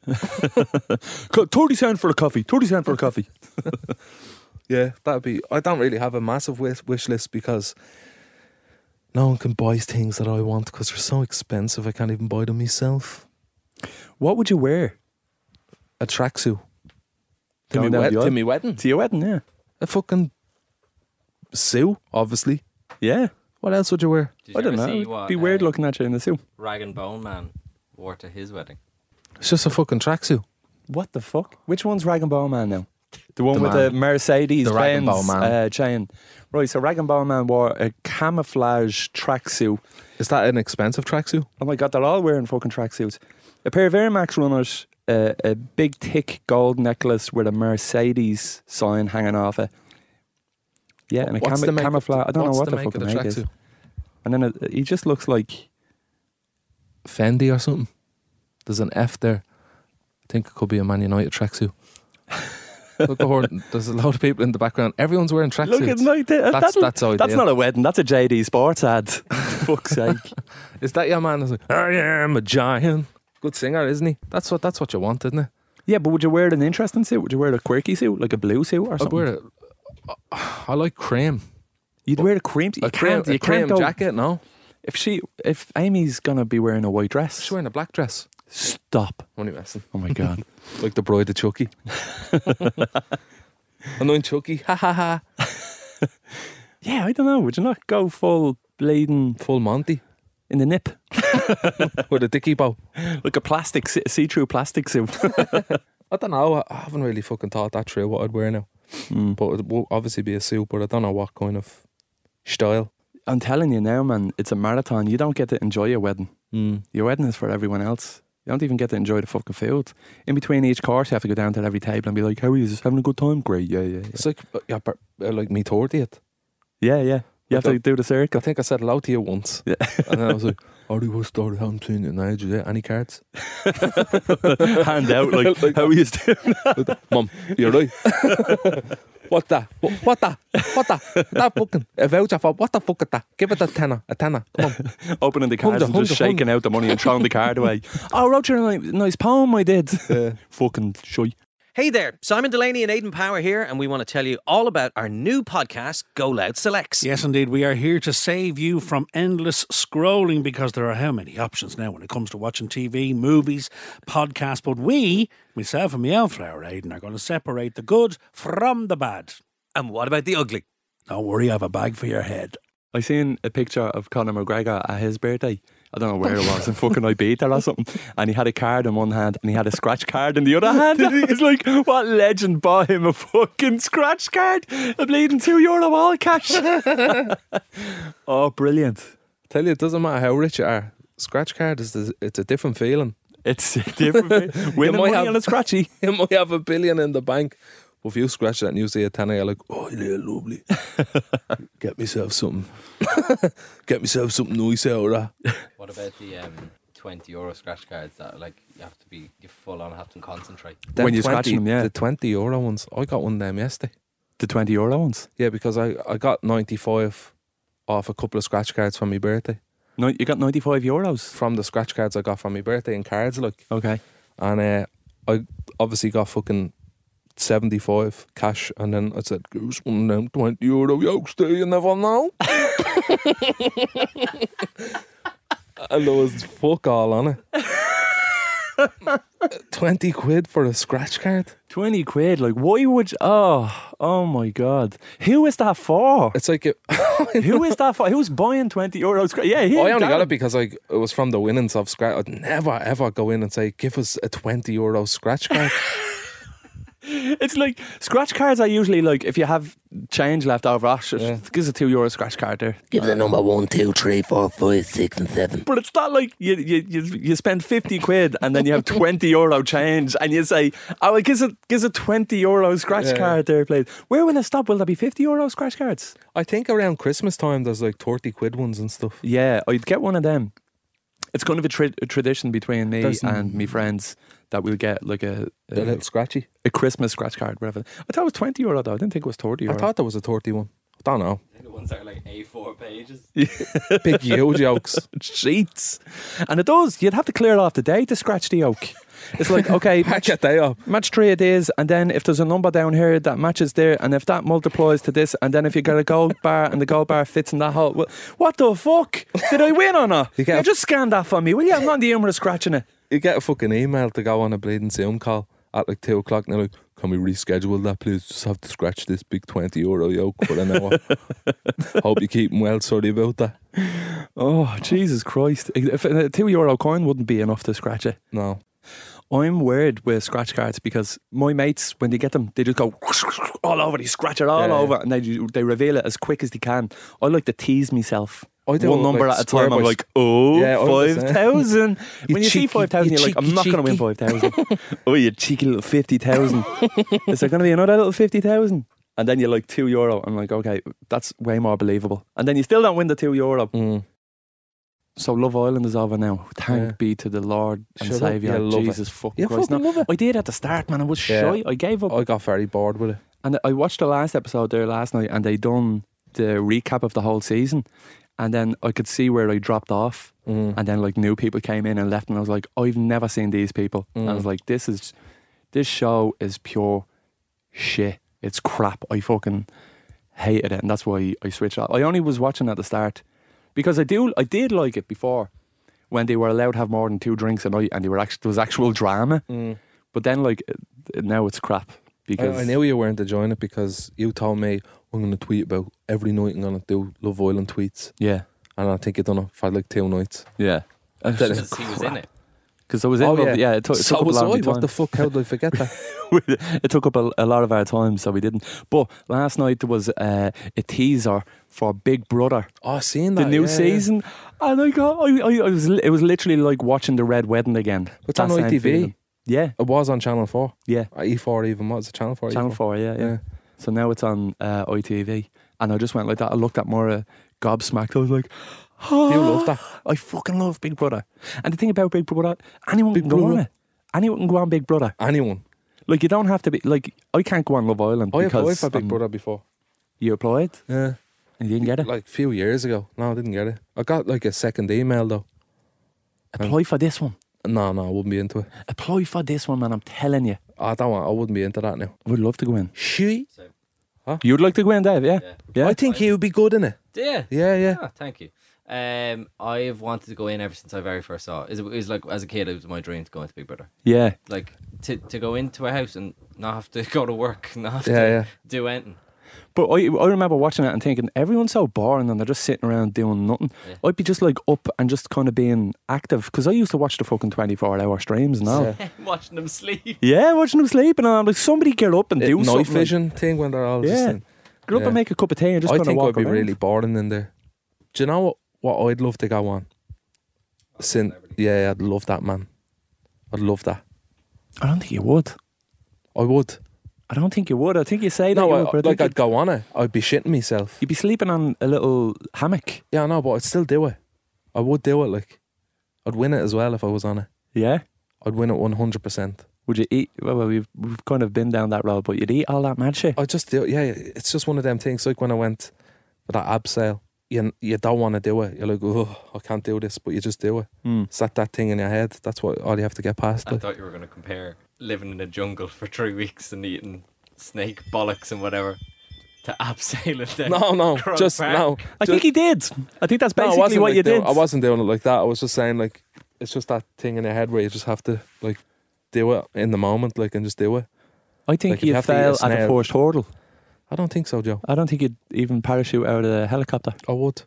[SPEAKER 4] Co- 30 cent for a coffee. 30 cent for a coffee.
[SPEAKER 3] Yeah, that'd be. I don't really have a massive wish, wish list because No one can buy things that I want because they're so expensive. I can't even buy them myself.
[SPEAKER 4] What would you wear
[SPEAKER 3] A tracksuit to me,
[SPEAKER 4] Going down
[SPEAKER 3] wed-
[SPEAKER 4] the aisle.
[SPEAKER 3] to me wedding.
[SPEAKER 4] to your wedding? Yeah,
[SPEAKER 3] A fucking suit, obviously.
[SPEAKER 4] yeah.
[SPEAKER 3] What else would you wear?
[SPEAKER 5] Did
[SPEAKER 4] I
[SPEAKER 5] you
[SPEAKER 4] don't
[SPEAKER 5] ever
[SPEAKER 4] know.
[SPEAKER 5] See
[SPEAKER 4] It'd
[SPEAKER 5] what,
[SPEAKER 4] be weird
[SPEAKER 5] uh,
[SPEAKER 4] looking at you in the suit.
[SPEAKER 5] Rag and Bone Man wore to his wedding.
[SPEAKER 3] It's just a fucking tracksuit.
[SPEAKER 4] What the fuck? Which one's Rag and Bone Man now? The one
[SPEAKER 3] The
[SPEAKER 4] with the
[SPEAKER 3] man.
[SPEAKER 4] Mercedes
[SPEAKER 3] The Rag and
[SPEAKER 4] Benz
[SPEAKER 3] Bone Man.
[SPEAKER 4] uh, chain. Right, so Rag and Bone Man wore a camouflage tracksuit.
[SPEAKER 3] Is that an expensive tracksuit?
[SPEAKER 4] Oh my god, they're all wearing fucking tracksuits. A pair of Air Max runners, uh, a big thick gold necklace with a Mercedes sign hanging off it. Yeah, and a
[SPEAKER 3] What's the
[SPEAKER 4] camo-
[SPEAKER 3] make of-
[SPEAKER 4] camouflage. I don't know
[SPEAKER 3] what's
[SPEAKER 4] what
[SPEAKER 3] the
[SPEAKER 4] the,
[SPEAKER 3] make
[SPEAKER 4] fucking
[SPEAKER 3] of the
[SPEAKER 4] make is.
[SPEAKER 3] tracksuit?
[SPEAKER 4] And then it, he just looks like
[SPEAKER 3] Fendi or something. There's an F there. I think it could be a Man United tracksuit. Look at her. There's a lot of people in the background. Everyone's wearing
[SPEAKER 4] look at
[SPEAKER 3] tracksuits.
[SPEAKER 4] like that.
[SPEAKER 3] That's- that's ideal.
[SPEAKER 4] not a wedding. That's a JD Sports ad. Fuck's sake.
[SPEAKER 3] Is that your man? That's Like, I am a giant. Good singer, isn't he? That's what. That's what you want, isn't it?
[SPEAKER 4] Yeah, but would you wear an interesting suit? Would you wear a quirky suit, like a blue suit or
[SPEAKER 3] I'd
[SPEAKER 4] something?
[SPEAKER 3] wear it. I like cream.
[SPEAKER 4] You'd wear a cream. You
[SPEAKER 3] A cream,
[SPEAKER 4] can't. You
[SPEAKER 3] a cream
[SPEAKER 4] can't go.
[SPEAKER 3] jacket. No,
[SPEAKER 4] If she, if Amy's gonna be wearing a white dress,
[SPEAKER 3] she's wearing a black dress.
[SPEAKER 4] stop.
[SPEAKER 3] Only messing.
[SPEAKER 4] Oh my god.
[SPEAKER 3] Like the bride of Chucky. and then Chucky. Ha ha ha.
[SPEAKER 4] yeah, I don't know. Would you not go full bleeding
[SPEAKER 3] Full Monty
[SPEAKER 4] in the nip,
[SPEAKER 3] with a dicky bow.
[SPEAKER 4] like a plastic si- see-through plastic suit?
[SPEAKER 3] I don't know. I haven't really fucking thought that through what I'd wear now. But it will obviously be a suit, but I don't know what kind of style.
[SPEAKER 4] I'm telling you now, man. It's a marathon. You don't get to enjoy your wedding.
[SPEAKER 3] Mm.
[SPEAKER 4] Your wedding is for everyone else. You don't even get to enjoy the fucking food. In between each course, you have to go down to every table and be like, "How are you? Having a good time? Great. Yeah, yeah, yeah,
[SPEAKER 3] It's like uh, yeah, but, uh, like me thirtieth.
[SPEAKER 4] yeah." yeah. You have to do the
[SPEAKER 3] I
[SPEAKER 4] circle.
[SPEAKER 3] think I said hello to you once,
[SPEAKER 4] Yeah.
[SPEAKER 3] and then I was like, "Oh, do you started having seen it in age? Yeah, any cards?
[SPEAKER 4] Hand out like,
[SPEAKER 3] Like-
[SPEAKER 4] "How are you doing?"
[SPEAKER 3] Mum, you're right. what that? What, what that? What that? That fucking a voucher for what the fuck is that? Give it a tenner, a tenner. Come on,
[SPEAKER 4] opening the cards
[SPEAKER 3] Hundred,
[SPEAKER 4] and just
[SPEAKER 3] hundred,
[SPEAKER 4] shaking out the money and throwing the card away. Oh, I wrote you a ni- nice poem I did. Fucking shy.
[SPEAKER 7] Hey there, Simon Delaney and Aidan Power here, and we want to tell you all about our new podcast, Go Loud Selects.
[SPEAKER 8] Yes, indeed. We are here to save you from endless scrolling because there are how many options now when it comes to watching TV, movies, podcasts. But we, myself and Meowflower Aiden, are going to separate the good from the bad.
[SPEAKER 7] And what about the ugly?
[SPEAKER 8] Don't worry, I have a bag for your head.
[SPEAKER 4] I seen a picture of Conor McGregor at his birthday. I don't know where it was in fucking Ibiza or something. And he had a card in one hand and he had a scratch card in the other hand. It's like, what legend bought him a fucking scratch card? A bleeding two euro all cash. oh, brilliant.
[SPEAKER 3] tell you, it doesn't matter how rich you are. Scratch card is the, it's a different feeling.
[SPEAKER 4] It's a different. Winning
[SPEAKER 3] might
[SPEAKER 4] money
[SPEAKER 3] have-
[SPEAKER 4] on a scratchy.
[SPEAKER 3] You might have a billion in the bank. But if you scratch that and you see a tenner, you're like, oh, yeah, lovely. Get myself something. Get myself something nice out of that.
[SPEAKER 5] What about the um, 20 euro scratch cards that like you have to be you full on have to concentrate?
[SPEAKER 3] Them
[SPEAKER 4] When you're scratching them, yeah.
[SPEAKER 3] The 20 euro ones. I got one of them yesterday.
[SPEAKER 4] The 20 euro ones.
[SPEAKER 3] Yeah, because I, I got 95 off a couple of scratch cards from my birthday.
[SPEAKER 4] No, you got 95 euros.
[SPEAKER 3] From the scratch cards I got from my birthday in cards, like.
[SPEAKER 4] Okay.
[SPEAKER 3] And uh, I obviously got fucking 75 cash. And then I said, Goose, one of them 20 euro yokes, do you never know? and there was fuck all on it. 20 quid for a scratch card.
[SPEAKER 4] 20 quid. Like, why would you? Oh, oh my God. Who is that for?
[SPEAKER 3] It's like, it, I
[SPEAKER 4] Who is that for? Who's buying 20 euros? cra- Yeah, he
[SPEAKER 3] only got it because like, it was from the winnings of scratch. I'd never, ever go in and say, give us a 20 euro scratch card.
[SPEAKER 4] It's like scratch cards are usually like if you have change left over, oh, shit,
[SPEAKER 3] Yeah.
[SPEAKER 4] give us a two euro scratch card there.
[SPEAKER 9] Give the number one, two, three, four, five, six, and seven.
[SPEAKER 4] But it's not like you you, you, you spend 50 quid and then you have 20 euro change and you say, oh, well, give us a, give us a 20 euro scratch
[SPEAKER 3] Yeah.
[SPEAKER 4] card there, please. Where will it stop? Will there be 50 euro scratch cards?
[SPEAKER 3] I think around Christmas time, there's like 30 quid ones and stuff.
[SPEAKER 4] Yeah, I'd get one of them. It's kind of a, tra- a tradition between me
[SPEAKER 3] There's-
[SPEAKER 4] and me friends that we'll get like a
[SPEAKER 3] A
[SPEAKER 4] a,
[SPEAKER 3] little scratchy.
[SPEAKER 4] a Christmas scratch card, whatever. I thought it was 20 euro though. I didn't think it was 30 euro.
[SPEAKER 3] I thought there was a 30 one. don't know.
[SPEAKER 5] The ones that are like A4 pages.
[SPEAKER 3] Big huge yolks.
[SPEAKER 4] Sheets. And it does. You'd have to clear it off the day to scratch the oak. It's like, okay, match,
[SPEAKER 3] Get uh, they up.
[SPEAKER 4] match three it is, and then if there's a number down here that matches there, and if that multiplies to this, and then if you got a gold bar and the gold bar fits in that hole, well, what the fuck? Did I win or not? You,
[SPEAKER 3] get a-
[SPEAKER 4] just scan that for me, will you? I'm not the humor of scratching it.
[SPEAKER 3] You get a fucking email to go on a bleeding Zoom call at like two o'clock, and they're like, "Can we reschedule that, please? Just have to scratch this big twenty euro yoke for an hour. Hope you keep 'em well. Sorry about that.
[SPEAKER 4] Oh, Jesus Christ. If a two euro coin wouldn't be enough to scratch it.
[SPEAKER 3] No,
[SPEAKER 4] I'm weird with scratch cards because my mates, when they get them, they just go all over. They scratch it all
[SPEAKER 3] Yeah, yeah.
[SPEAKER 4] over, and they they reveal it as quick as they can. I like to tease myself.
[SPEAKER 3] I do
[SPEAKER 4] one
[SPEAKER 3] it,
[SPEAKER 4] number
[SPEAKER 3] like,
[SPEAKER 4] at a
[SPEAKER 3] square
[SPEAKER 4] time. I'm
[SPEAKER 3] by
[SPEAKER 4] like, oh,
[SPEAKER 3] Yeah, I was,
[SPEAKER 4] five
[SPEAKER 3] yeah.
[SPEAKER 4] thousand.
[SPEAKER 3] You
[SPEAKER 4] when you see
[SPEAKER 3] cheeky-
[SPEAKER 4] five thousand,
[SPEAKER 3] you
[SPEAKER 4] you're like, I'm
[SPEAKER 3] cheeky,
[SPEAKER 4] not going to win five thousand. oh, you cheeky little fifty thousand. Is there going to be another little fifty thousand? And then you're like two euro. I'm like, okay, that's way more believable. And then you still don't win the two euro.
[SPEAKER 3] mm.
[SPEAKER 4] So Love Island is over now. Thank
[SPEAKER 3] Yeah.
[SPEAKER 4] be to the Lord and
[SPEAKER 3] Shut up,
[SPEAKER 4] Saviour,
[SPEAKER 3] you love it.
[SPEAKER 4] Jesus fucking
[SPEAKER 3] you
[SPEAKER 4] Christ. No,
[SPEAKER 3] fucking love it.
[SPEAKER 4] I did at the start, man. I was
[SPEAKER 3] Yeah.
[SPEAKER 4] shy. I gave up.
[SPEAKER 3] I got very bored with it.
[SPEAKER 4] And I watched the last episode there last night, and they done the recap of the whole season. And then I could see where I dropped off.
[SPEAKER 3] Mm.
[SPEAKER 4] And then like new people came in and left, and I was like, I've never seen these people. And I
[SPEAKER 3] Mm.
[SPEAKER 4] was like, this is, this show is pure shit. It's crap. I fucking hated it, and that's why I switched off. I only was watching at the start because I do, I did like it before when they were allowed to have more than two drinks a night, and they were actually there was actual drama. But then like it- now it's crap
[SPEAKER 3] Mm. I,
[SPEAKER 4] because
[SPEAKER 3] I knew you weren't enjoying it because you told me I'm going to tweet about every night. I'm going to do Love Island tweets,
[SPEAKER 4] yeah.
[SPEAKER 3] and I think you done it for like two nights.
[SPEAKER 4] Yeah.
[SPEAKER 5] Because he was in it.
[SPEAKER 4] Because I was in. yeah. yeah, it, took it
[SPEAKER 3] Oh, so
[SPEAKER 4] took up a
[SPEAKER 3] was
[SPEAKER 4] lot of
[SPEAKER 3] I.
[SPEAKER 4] my time.
[SPEAKER 3] What the fuck? How did I forget that?
[SPEAKER 4] it took up a, a lot of our time, so we didn't. But last night there was uh, a teaser for Big Brother,
[SPEAKER 3] Oh, seeing
[SPEAKER 4] the
[SPEAKER 3] that
[SPEAKER 4] new
[SPEAKER 3] yeah, yeah.
[SPEAKER 4] season, and I got. I, I, I was. li- It was literally like watching the Red Wedding again.
[SPEAKER 3] It's on
[SPEAKER 4] That same
[SPEAKER 3] ITV.
[SPEAKER 4] feeling. Yeah,
[SPEAKER 3] It was on Channel Four.
[SPEAKER 4] yeah.
[SPEAKER 3] E4 even was it Channel E 4?
[SPEAKER 4] Channel Four. Yeah, yeah.
[SPEAKER 3] Oh, Yeah.
[SPEAKER 4] So now it's on uh, ITV, and I just went like that. I looked at Maura gobsmacked. I was like. Oh,
[SPEAKER 3] You love that.
[SPEAKER 4] I fucking love Big Brother. And the thing about Big Brother, anyone
[SPEAKER 3] Big
[SPEAKER 4] can go on
[SPEAKER 3] Brother.
[SPEAKER 4] it. Anyone can go on Big Brother.
[SPEAKER 3] Anyone.
[SPEAKER 4] Like you don't have to be like I can't go on Love Island
[SPEAKER 3] I
[SPEAKER 4] because
[SPEAKER 3] applied for Big
[SPEAKER 4] um,
[SPEAKER 3] Brother before.
[SPEAKER 4] You applied
[SPEAKER 3] Yeah.
[SPEAKER 4] and you didn't get it.
[SPEAKER 3] Like a few years ago. No, I didn't get it. I got like a second email though.
[SPEAKER 4] Apply for this one.
[SPEAKER 3] No, no, I wouldn't be into it.
[SPEAKER 4] Apply for this one, man. I'm telling you,
[SPEAKER 3] I don't want I wouldn't be into that now.
[SPEAKER 4] I would love to go in.
[SPEAKER 3] She
[SPEAKER 4] You'd like to go in, Dave? Yeah,
[SPEAKER 5] Yeah.
[SPEAKER 4] yeah.
[SPEAKER 3] I think he would be good in it.
[SPEAKER 5] Yeah.
[SPEAKER 3] Yeah, yeah.
[SPEAKER 5] Ah, thank you. Um, I have wanted to go in ever since I very first saw it. It was like as a kid, it was my dream to go into Big Brother.
[SPEAKER 4] yeah.
[SPEAKER 5] Like to, to go into a house and not have to go to work, not have
[SPEAKER 3] Yeah,
[SPEAKER 5] to
[SPEAKER 3] yeah.
[SPEAKER 5] do anything.
[SPEAKER 4] But I, I remember watching it and thinking everyone's so boring and they're just sitting around doing nothing. I'd be just like up and just kind of being active because I used to watch the fucking twenty four hour streams now. Yeah.
[SPEAKER 5] Watching them sleep.
[SPEAKER 4] watching them sleeping and I'm like, somebody get up and
[SPEAKER 3] It-
[SPEAKER 4] do
[SPEAKER 3] night
[SPEAKER 4] something.
[SPEAKER 3] vision thing when they're all just
[SPEAKER 4] Yeah.
[SPEAKER 3] in.
[SPEAKER 4] Get up
[SPEAKER 3] Yeah.
[SPEAKER 4] and make a cup of tea and just
[SPEAKER 3] I
[SPEAKER 4] kind of
[SPEAKER 3] think
[SPEAKER 4] walk
[SPEAKER 3] I'd be
[SPEAKER 4] around.
[SPEAKER 3] really boring in there. Do you know what, what I'd love to go on? Sin yeah, I'd love that man. I'd love that.
[SPEAKER 4] I don't think you would.
[SPEAKER 3] I would.
[SPEAKER 4] I don't think you would. I think you say that.
[SPEAKER 3] No,
[SPEAKER 4] you
[SPEAKER 3] I,
[SPEAKER 4] would, but I
[SPEAKER 3] like
[SPEAKER 4] think
[SPEAKER 3] I'd go on it. I'd be shitting myself.
[SPEAKER 4] You'd be sleeping on a little hammock.
[SPEAKER 3] Yeah, I know, but I'd still do it. I would do it. Like, I'd win it as well if I was on it.
[SPEAKER 4] Yeah.
[SPEAKER 3] I'd win it one hundred percent.
[SPEAKER 4] Would you eat? Well, well, we've, we've kind of been down that road, but you'd eat all that mad shit.
[SPEAKER 3] I just do. Yeah, it's just one of them things. Like when I went with that ab sale, you you don't want to do it. You're like, oh, I can't do this, but you just do it.
[SPEAKER 4] Hmm.
[SPEAKER 3] It's that, that thing in your head. That's what all you have to get past.
[SPEAKER 5] I
[SPEAKER 3] Like.
[SPEAKER 5] thought you were going to compare living in a jungle for three weeks and eating snake bollocks and whatever to abseiling. then
[SPEAKER 3] No, no,
[SPEAKER 5] Crow
[SPEAKER 3] just
[SPEAKER 5] Park.
[SPEAKER 3] no.
[SPEAKER 4] I
[SPEAKER 3] Ju-
[SPEAKER 4] think he did. I think that's
[SPEAKER 3] no, I
[SPEAKER 4] basically
[SPEAKER 3] wasn't,
[SPEAKER 4] what
[SPEAKER 3] like,
[SPEAKER 4] you
[SPEAKER 3] doing-
[SPEAKER 4] did.
[SPEAKER 3] I wasn't doing it like that. I was just saying like, it's just that thing in your head where you just have to like do it in the moment, like and just do it.
[SPEAKER 4] I think
[SPEAKER 3] Like, if you
[SPEAKER 4] you'd
[SPEAKER 3] have to eat a
[SPEAKER 4] fail at the
[SPEAKER 3] snail-
[SPEAKER 4] first hurdle.
[SPEAKER 3] I don't think so, Joe.
[SPEAKER 4] I don't think you'd even parachute out of the helicopter.
[SPEAKER 3] I would.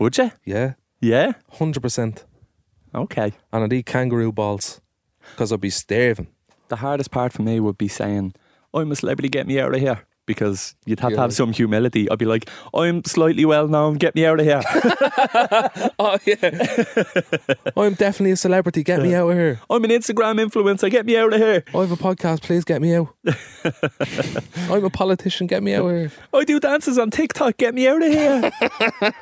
[SPEAKER 4] Would you?
[SPEAKER 3] Yeah,
[SPEAKER 4] Yeah.
[SPEAKER 3] hundred percent.
[SPEAKER 4] Okay.
[SPEAKER 3] and I'd eat kangaroo balls because I'd be starving.
[SPEAKER 4] The hardest part for me would be saying, "I'm a celebrity. Get me out of here." Because you'd have to
[SPEAKER 3] Yeah.
[SPEAKER 4] have some humility. I'd be like, "I'm slightly well known. Get me out of here."
[SPEAKER 3] Oh yeah, I'm definitely a celebrity. Get me out of here.
[SPEAKER 4] I'm an Instagram influencer. Get me out of here.
[SPEAKER 3] I have a podcast. Please get me out. I'm a politician. Get me out of here.
[SPEAKER 4] I do dances on TikTok. Get me out of here.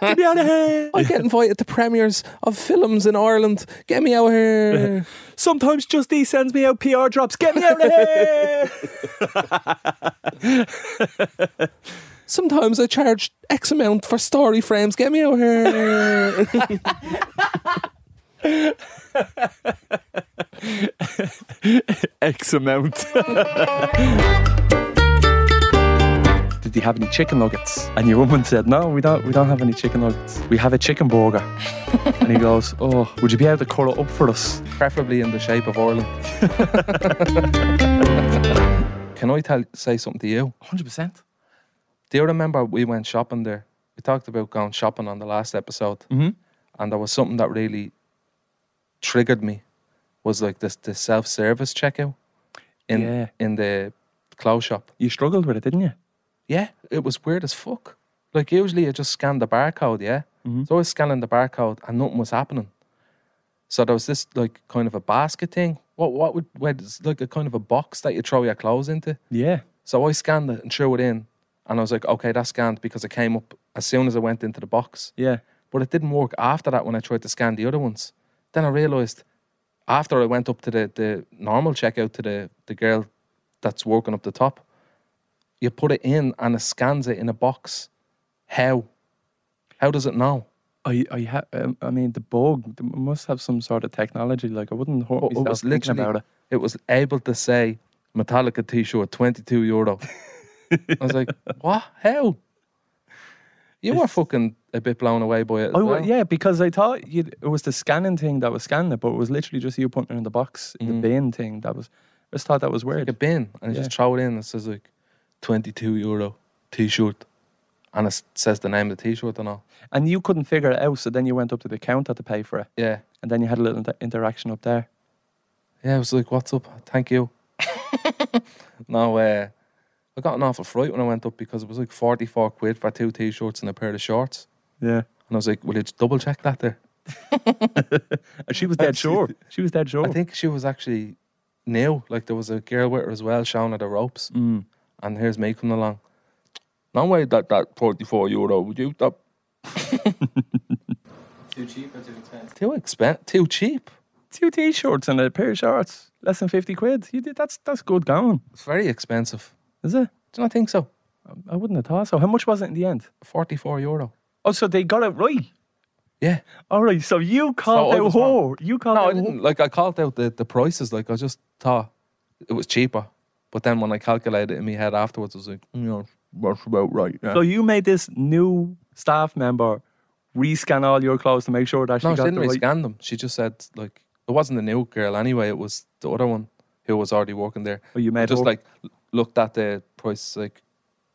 [SPEAKER 4] Get me out of here.
[SPEAKER 3] I get invited to premieres of films in Ireland. Get me out of here.
[SPEAKER 4] Sometimes Just E sends me out PR drops. Get me out of here.
[SPEAKER 3] Sometimes I charge X amount for story frames. Get me out here.
[SPEAKER 4] X amount. Did you have any chicken nuggets? And your woman said, No, we don't. We don't have any chicken nuggets. We have a chicken burger. and he goes, Oh, would you be able to cut it up for us?
[SPEAKER 3] Preferably in the shape of Ireland. Can I tell say something to you?
[SPEAKER 4] 100. percent
[SPEAKER 3] Do you remember we went shopping there? We talked about going shopping on the last episode,
[SPEAKER 4] Mhm.
[SPEAKER 3] and there was something that really triggered me. Was like this the self service checkout in
[SPEAKER 4] Yeah.
[SPEAKER 3] in the clothes shop.
[SPEAKER 4] You struggled with it, didn't you?
[SPEAKER 3] Yeah, it was weird as fuck. Like usually you just scan the barcode, yeah. So I was scanning the barcode and nothing was happening. So there was this like kind of a basket thing. What what would where it's like a kind of a box that you throw your clothes into.
[SPEAKER 4] Yeah.
[SPEAKER 3] So I scanned it and threw it in, and I was like, okay, that's scanned because it came up as soon as I went into the box.
[SPEAKER 4] Yeah.
[SPEAKER 3] But it didn't work after that when I tried to scan the other ones. Then I realized after I went up to the, the normal checkout to the, the girl that's working up the top, you put it in and it scans it in a box. How? How does it know?
[SPEAKER 4] I I, ha- um, I mean the bug they must have some sort of technology. Like I wouldn't hurt
[SPEAKER 3] But it
[SPEAKER 4] myself
[SPEAKER 3] was
[SPEAKER 4] thinking
[SPEAKER 3] literally
[SPEAKER 4] about it.
[SPEAKER 3] it was able to say Metallica t shirt, 22 euro. I was like, what? How? You were fucking a bit blown away by it. As
[SPEAKER 4] I, wa-
[SPEAKER 3] well.
[SPEAKER 4] yeah, because I thought you'd, it was the scanning thing that was scanning it, but it was literally just you putting it in the box, in the bin thing. That was I just thought that was weird.
[SPEAKER 3] like a bin and you just throw it in and it says like 22 euro t-shirt and it s- says the name of the t-shirt and all
[SPEAKER 4] and you couldn't figure it out, so then you went up to the counter to pay for it,
[SPEAKER 3] yeah
[SPEAKER 4] and then you had a little inter- interaction up there.
[SPEAKER 3] yeah it was like what's up thank you no uh I got an awful fright when I went up because it was like 44 quid for two t-shirts and a pair of shorts
[SPEAKER 4] Yeah,
[SPEAKER 3] and I was like will you just double check that there
[SPEAKER 4] and she was dead sure. She was dead sure.
[SPEAKER 3] I think she was actually new like there was a girl with her as well showing her the ropes and here's me coming along no Mm. way that that 44 euro would you that
[SPEAKER 2] Too cheap or too expensive?
[SPEAKER 3] too expensive too cheap
[SPEAKER 4] two t-shirts and a pair of shorts, less than fifty quid. You did that's that's good going,
[SPEAKER 3] it's very expensive
[SPEAKER 4] is it?
[SPEAKER 3] do you not think so
[SPEAKER 4] I wouldn't have thought so. How much was it in the end?
[SPEAKER 3] 44 euro.
[SPEAKER 4] Oh, so they got it right.
[SPEAKER 3] Yeah.
[SPEAKER 4] All right, so you called
[SPEAKER 3] I
[SPEAKER 4] out
[SPEAKER 3] was wrong.
[SPEAKER 4] whore. You called
[SPEAKER 3] No, I
[SPEAKER 4] out
[SPEAKER 3] didn't. Like, I called out the, the prices. Like, I just thought it was cheaper. But then when I calculated it in my head afterwards, I was like, you know, that's about right. Yeah.
[SPEAKER 4] So you made this new staff member rescan all your clothes to make sure that she
[SPEAKER 3] no, she
[SPEAKER 4] got
[SPEAKER 3] didn't
[SPEAKER 4] the right.
[SPEAKER 3] rescan them. She just said, like, it wasn't the new girl anyway. It was the other one who was already working there.
[SPEAKER 4] Oh, you made
[SPEAKER 3] Just
[SPEAKER 4] her.
[SPEAKER 3] like l- looked at the price, like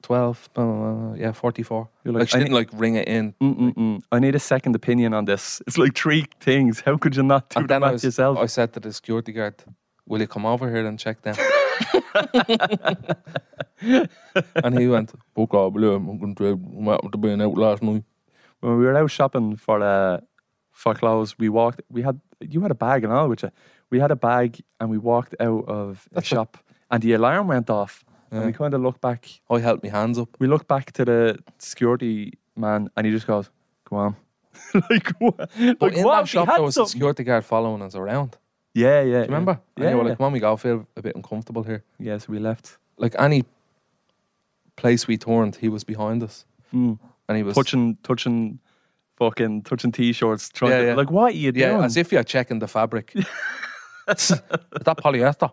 [SPEAKER 3] 12, blah, blah, blah, yeah, 44.
[SPEAKER 4] You're
[SPEAKER 3] like,
[SPEAKER 4] like,
[SPEAKER 3] she
[SPEAKER 4] I- Mm.
[SPEAKER 3] didn't like ring it in.
[SPEAKER 4] Mm-mm-mm. I need a second opinion on this. It's like three things. How could you not do
[SPEAKER 3] And then
[SPEAKER 4] that
[SPEAKER 3] I, was,
[SPEAKER 4] yourself?
[SPEAKER 3] I said to the security guard, Will you come over here and check them? and he went, Fuck off, blue. I'm going to I'm out to being out last night.
[SPEAKER 4] when we were out shopping for uh, for clothes, we walked. We had you had a bag and all, which uh, we had a bag and we walked out of the shop and the alarm went off and we kind of looked back.
[SPEAKER 3] I held my hands up.
[SPEAKER 4] We looked back to the security man and he just goes, "Go on." like what?
[SPEAKER 3] But
[SPEAKER 4] Like
[SPEAKER 3] in
[SPEAKER 4] what?
[SPEAKER 3] that
[SPEAKER 4] We
[SPEAKER 3] shop,
[SPEAKER 4] had
[SPEAKER 3] there was a
[SPEAKER 4] something.
[SPEAKER 3] security guard following us around.
[SPEAKER 4] Yeah, yeah.
[SPEAKER 3] Do you remember?
[SPEAKER 4] Yeah,
[SPEAKER 3] And you were
[SPEAKER 4] yeah.
[SPEAKER 3] like, Mommy, go, I feel a bit uncomfortable here.
[SPEAKER 4] yeah, so we left.
[SPEAKER 3] Like any place we turned, he was behind us. And he was
[SPEAKER 4] Touching, touching, fucking, touching t-shirts. Trying
[SPEAKER 3] Yeah,
[SPEAKER 4] to,
[SPEAKER 3] yeah.
[SPEAKER 4] Like, what are you
[SPEAKER 3] Yeah,
[SPEAKER 4] doing?
[SPEAKER 3] as if you're checking the fabric. Is that polyester?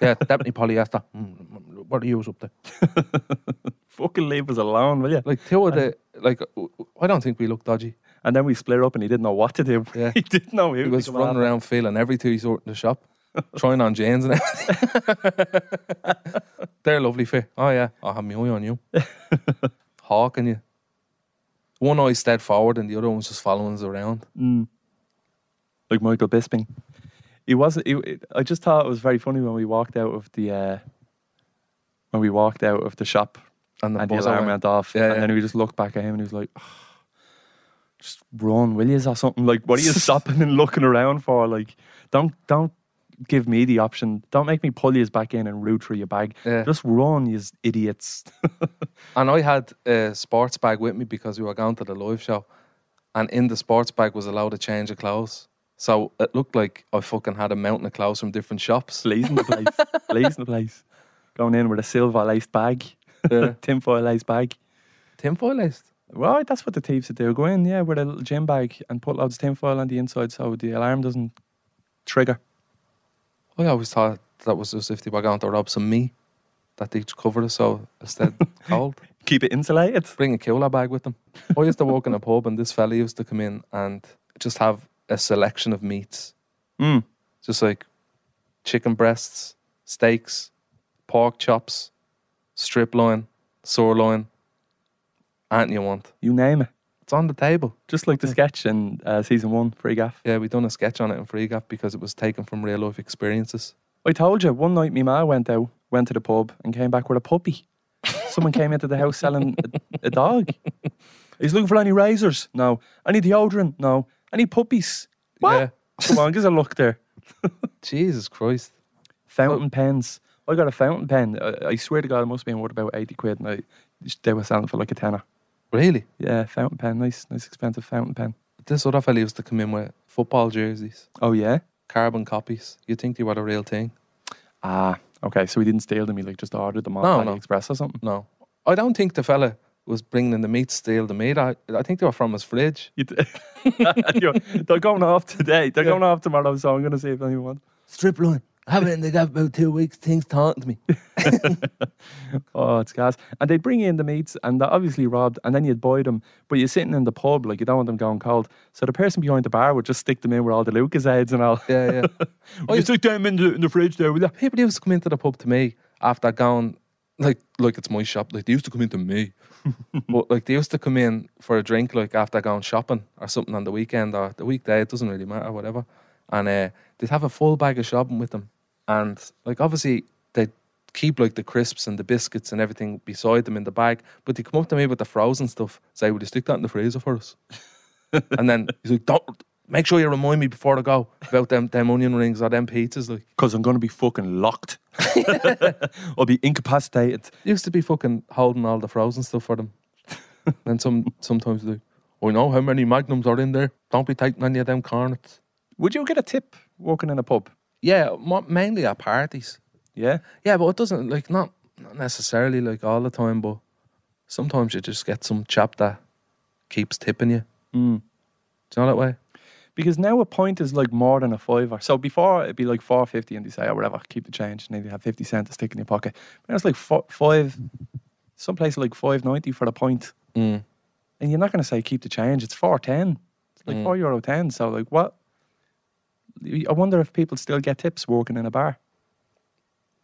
[SPEAKER 3] Yeah, definitely polyester. Mm, what are you up to?
[SPEAKER 4] fucking leave us alone, will you?
[SPEAKER 3] Like two of the like, w- w- I don't think we look dodgy.
[SPEAKER 4] and then we split up, and he didn't know what to do.
[SPEAKER 3] Yeah.
[SPEAKER 4] he didn't know who
[SPEAKER 3] He
[SPEAKER 4] to
[SPEAKER 3] was
[SPEAKER 4] come
[SPEAKER 3] running
[SPEAKER 4] after.
[SPEAKER 3] around feeling every two he's out in the shop, trying on jeans and everything. They're lovely fit. Oh yeah, I have my eye on you, hawking you. One eye stared forward and the other one's just following us around.
[SPEAKER 4] like Michael Bisping. He wasn't. He, it- I just thought it was very funny when we walked out of the uh, when we walked out of the shop
[SPEAKER 3] And the
[SPEAKER 4] and the
[SPEAKER 3] buzzer
[SPEAKER 4] alarm went
[SPEAKER 3] went.
[SPEAKER 4] off,
[SPEAKER 3] Yeah,
[SPEAKER 4] and
[SPEAKER 3] yeah.
[SPEAKER 4] then we just looked back at him and he was like, "Just run, will you?" or something. Like, what are you stopping and looking around for? Like, don't don't give me the option. Don't make me pull you back in and root for your bag.
[SPEAKER 3] Yeah.
[SPEAKER 4] Just run, you idiots.
[SPEAKER 3] And I had a sports bag with me because we were going to the live show, and in the sports bag was allowed a change of clothes. So it looked like I fucking had a mountain of clothes from different shops.
[SPEAKER 4] Blazing the place. Blazing the place. Going in with a silver laced bag,
[SPEAKER 3] Yeah.
[SPEAKER 4] tinfoil laced bag.
[SPEAKER 3] tinfoil laced.
[SPEAKER 4] Right, that's what the thieves would do. Go in, yeah, with a little gym bag and put loads of tinfoil on the inside so the alarm doesn't trigger.
[SPEAKER 3] I always thought that was just if they were going to rob some meat, that they just covered it so instead cold.
[SPEAKER 4] Keep it insulated.
[SPEAKER 3] Bring a cooler bag with them. I used to walk in a pub and this fella used to come in and just have a selection of meats.
[SPEAKER 4] Mm.
[SPEAKER 3] Just like chicken breasts, steaks, pork chops, strip loin, sirloin, anything you want.
[SPEAKER 4] You name it.
[SPEAKER 3] It's on the table.
[SPEAKER 4] Just like the sketch in uh, season one, free gaff.
[SPEAKER 3] Yeah, we done a sketch on it in Free Gap because it was taken from real life experiences.
[SPEAKER 4] I told you one night, my ma went out, went to the pub, and came back with a puppy. Someone came into the house selling a, a dog. He's looking for any razors? No. Any deodorant? No. Any puppies? What?
[SPEAKER 3] Yeah.
[SPEAKER 4] Come on, give us a look there.
[SPEAKER 3] Jesus Christ.
[SPEAKER 4] Fountain pens. I got a fountain pen. I, I swear to God, it must be worth about eighty quid, and I, they were selling for like a tenner.
[SPEAKER 3] Really?
[SPEAKER 4] Yeah, fountain pen. Nice, nice, expensive fountain pen.
[SPEAKER 3] This other fella used to come in with football jerseys,
[SPEAKER 4] Oh yeah.
[SPEAKER 3] carbon copies. You'd think they were the real thing.
[SPEAKER 4] Ah, okay. So he didn't steal them. He like just ordered them on
[SPEAKER 3] No, no.
[SPEAKER 4] AliExpress or something.
[SPEAKER 3] No. I don't think the fella was bringing in the meat, steal the meat. I, I think they were from his fridge.
[SPEAKER 4] You d- You're- they're going off today. They're going off tomorrow. So I'm going to see if anyone.
[SPEAKER 3] Strip line. I haven't in the gap about two weeks. Things taunted me.
[SPEAKER 4] Oh, it's gas. And they'd bring in the meats and they're obviously robbed and then you'd buy them. But you're sitting in the pub, like you don't want them going cold. So the person behind the bar would just stick them in with all the Lucas heads and all.
[SPEAKER 3] Yeah, yeah.
[SPEAKER 4] Oh, you
[SPEAKER 3] used-
[SPEAKER 4] stick them in the, in the fridge there, will you?
[SPEAKER 3] People used to come into the pub to me after going, like, like it's my shop. Like, they used to come into me. but, like, they used to come in for a drink, like, after going shopping or something on the weekend or the weekday. It doesn't really matter, whatever. And uh, they'd have a full bag of shopping with them. And, like, obviously, they'd keep, like, the crisps and the biscuits and everything beside them in the bag. But they come up to me with the frozen stuff, say, Would you stick that in the freezer for us? and then he's like, Don't. Make sure you remind me before I go about them them onion rings or them pizzas. Like,
[SPEAKER 4] Because I'm going to be fucking locked. I'll be incapacitated.
[SPEAKER 3] used to be fucking holding all the frozen stuff for them. and some sometimes they, I know how many magnums are in there. Don't be taking any of them cornets.
[SPEAKER 4] Would you get a tip walking in a pub?
[SPEAKER 3] Yeah, mo- mainly at parties.
[SPEAKER 4] Yeah.
[SPEAKER 3] Yeah, but it doesn't like not not necessarily like all the time, but sometimes you just get some chap that keeps tipping you. Do you know that way?
[SPEAKER 4] Because now a pint is like more than a fiver. So before it'd be like four fifty, and they say, "Oh, whatever, keep the change." And then you have fifty cents to stick in your pocket. But now it's like four, five, some place like five ninety for a pint.
[SPEAKER 3] Mm.
[SPEAKER 4] And you're not going to say keep the change. It's four ten. It's like four euro ten. So like what? I wonder if people still get tips working in a bar.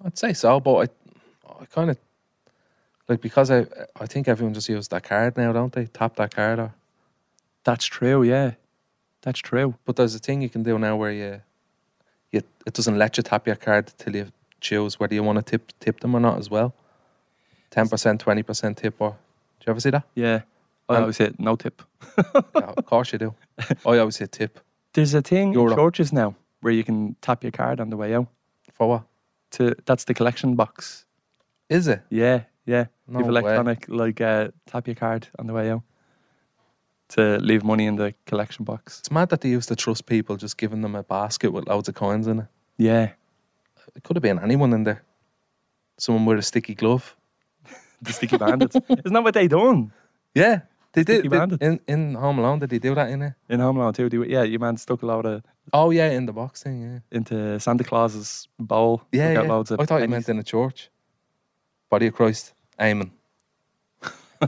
[SPEAKER 3] I'd say so, but I, I kind of like because I I think everyone just uses that card now, don't they? Tap that card or.
[SPEAKER 4] That's true. Yeah, that's true.
[SPEAKER 3] But there's a thing you can do now where you, you it doesn't let you tap your card till you choose whether you want to tip tip them or not as well. Ten percent, twenty percent tip, or do you ever see that?
[SPEAKER 4] Yeah. I
[SPEAKER 3] And-
[SPEAKER 4] always say no tip.
[SPEAKER 3] Yeah, of course you do. I always say tip
[SPEAKER 4] There's a thing in
[SPEAKER 3] Euro.
[SPEAKER 4] churches now where you can tap your card on the way out.
[SPEAKER 3] for what?
[SPEAKER 4] To that's the collection box.
[SPEAKER 3] Is it?
[SPEAKER 4] Yeah, yeah.
[SPEAKER 3] No
[SPEAKER 4] You've
[SPEAKER 3] way.
[SPEAKER 4] electronic, like uh, tap your card on the way out to leave money in the collection box.
[SPEAKER 3] It's mad that they used to trust people just giving them a basket with loads of coins in it.
[SPEAKER 4] Yeah,
[SPEAKER 3] It could have been anyone in there. Someone with a sticky glove.
[SPEAKER 4] the sticky bandits. Isn't that what they done
[SPEAKER 3] Yeah, they did.
[SPEAKER 4] Sticky
[SPEAKER 3] they-
[SPEAKER 4] bandit.
[SPEAKER 3] in in Home Alone, did they do that in it?
[SPEAKER 4] in Home Alone too? Do it. Yeah, your man stuck a lot of
[SPEAKER 3] Oh yeah, in the box thing. Yeah,
[SPEAKER 4] into Santa Claus's bowl. and
[SPEAKER 3] yeah.
[SPEAKER 4] got
[SPEAKER 3] yeah.
[SPEAKER 4] loads of.
[SPEAKER 3] I thought you
[SPEAKER 4] pennies.
[SPEAKER 3] meant in a church. Body of Christ. Amen.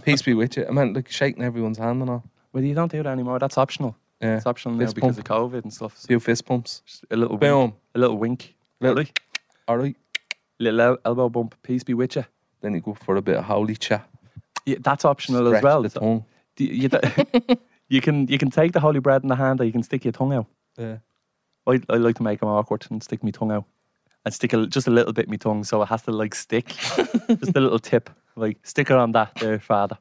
[SPEAKER 3] Peace be with you. I meant like shaking everyone's hand and all.
[SPEAKER 4] Well, you don't do that anymore. That's optional.
[SPEAKER 3] Yeah.
[SPEAKER 4] It's optional now
[SPEAKER 3] Fist
[SPEAKER 4] because of COVID and stuff. So
[SPEAKER 3] Few fist pumps.
[SPEAKER 4] just a little wink,
[SPEAKER 3] Boom.
[SPEAKER 4] a little wink,
[SPEAKER 3] Little,
[SPEAKER 4] Really?
[SPEAKER 3] all right.
[SPEAKER 4] little el- elbow bump. Peace be with you.
[SPEAKER 3] Then you go for a bit of holy chat.
[SPEAKER 4] Yeah, that's optional
[SPEAKER 3] Stretch
[SPEAKER 4] as well.
[SPEAKER 3] The
[SPEAKER 4] So
[SPEAKER 3] tongue.
[SPEAKER 4] do you, you don't- you can you can take the holy bread in the hand, or you can stick your tongue out.
[SPEAKER 3] Yeah.
[SPEAKER 4] I, I like to make them awkward and stick my tongue out. And stick a, just a little bit my tongue so it has to like stick. just a little tip. Like, stick it on that there, father.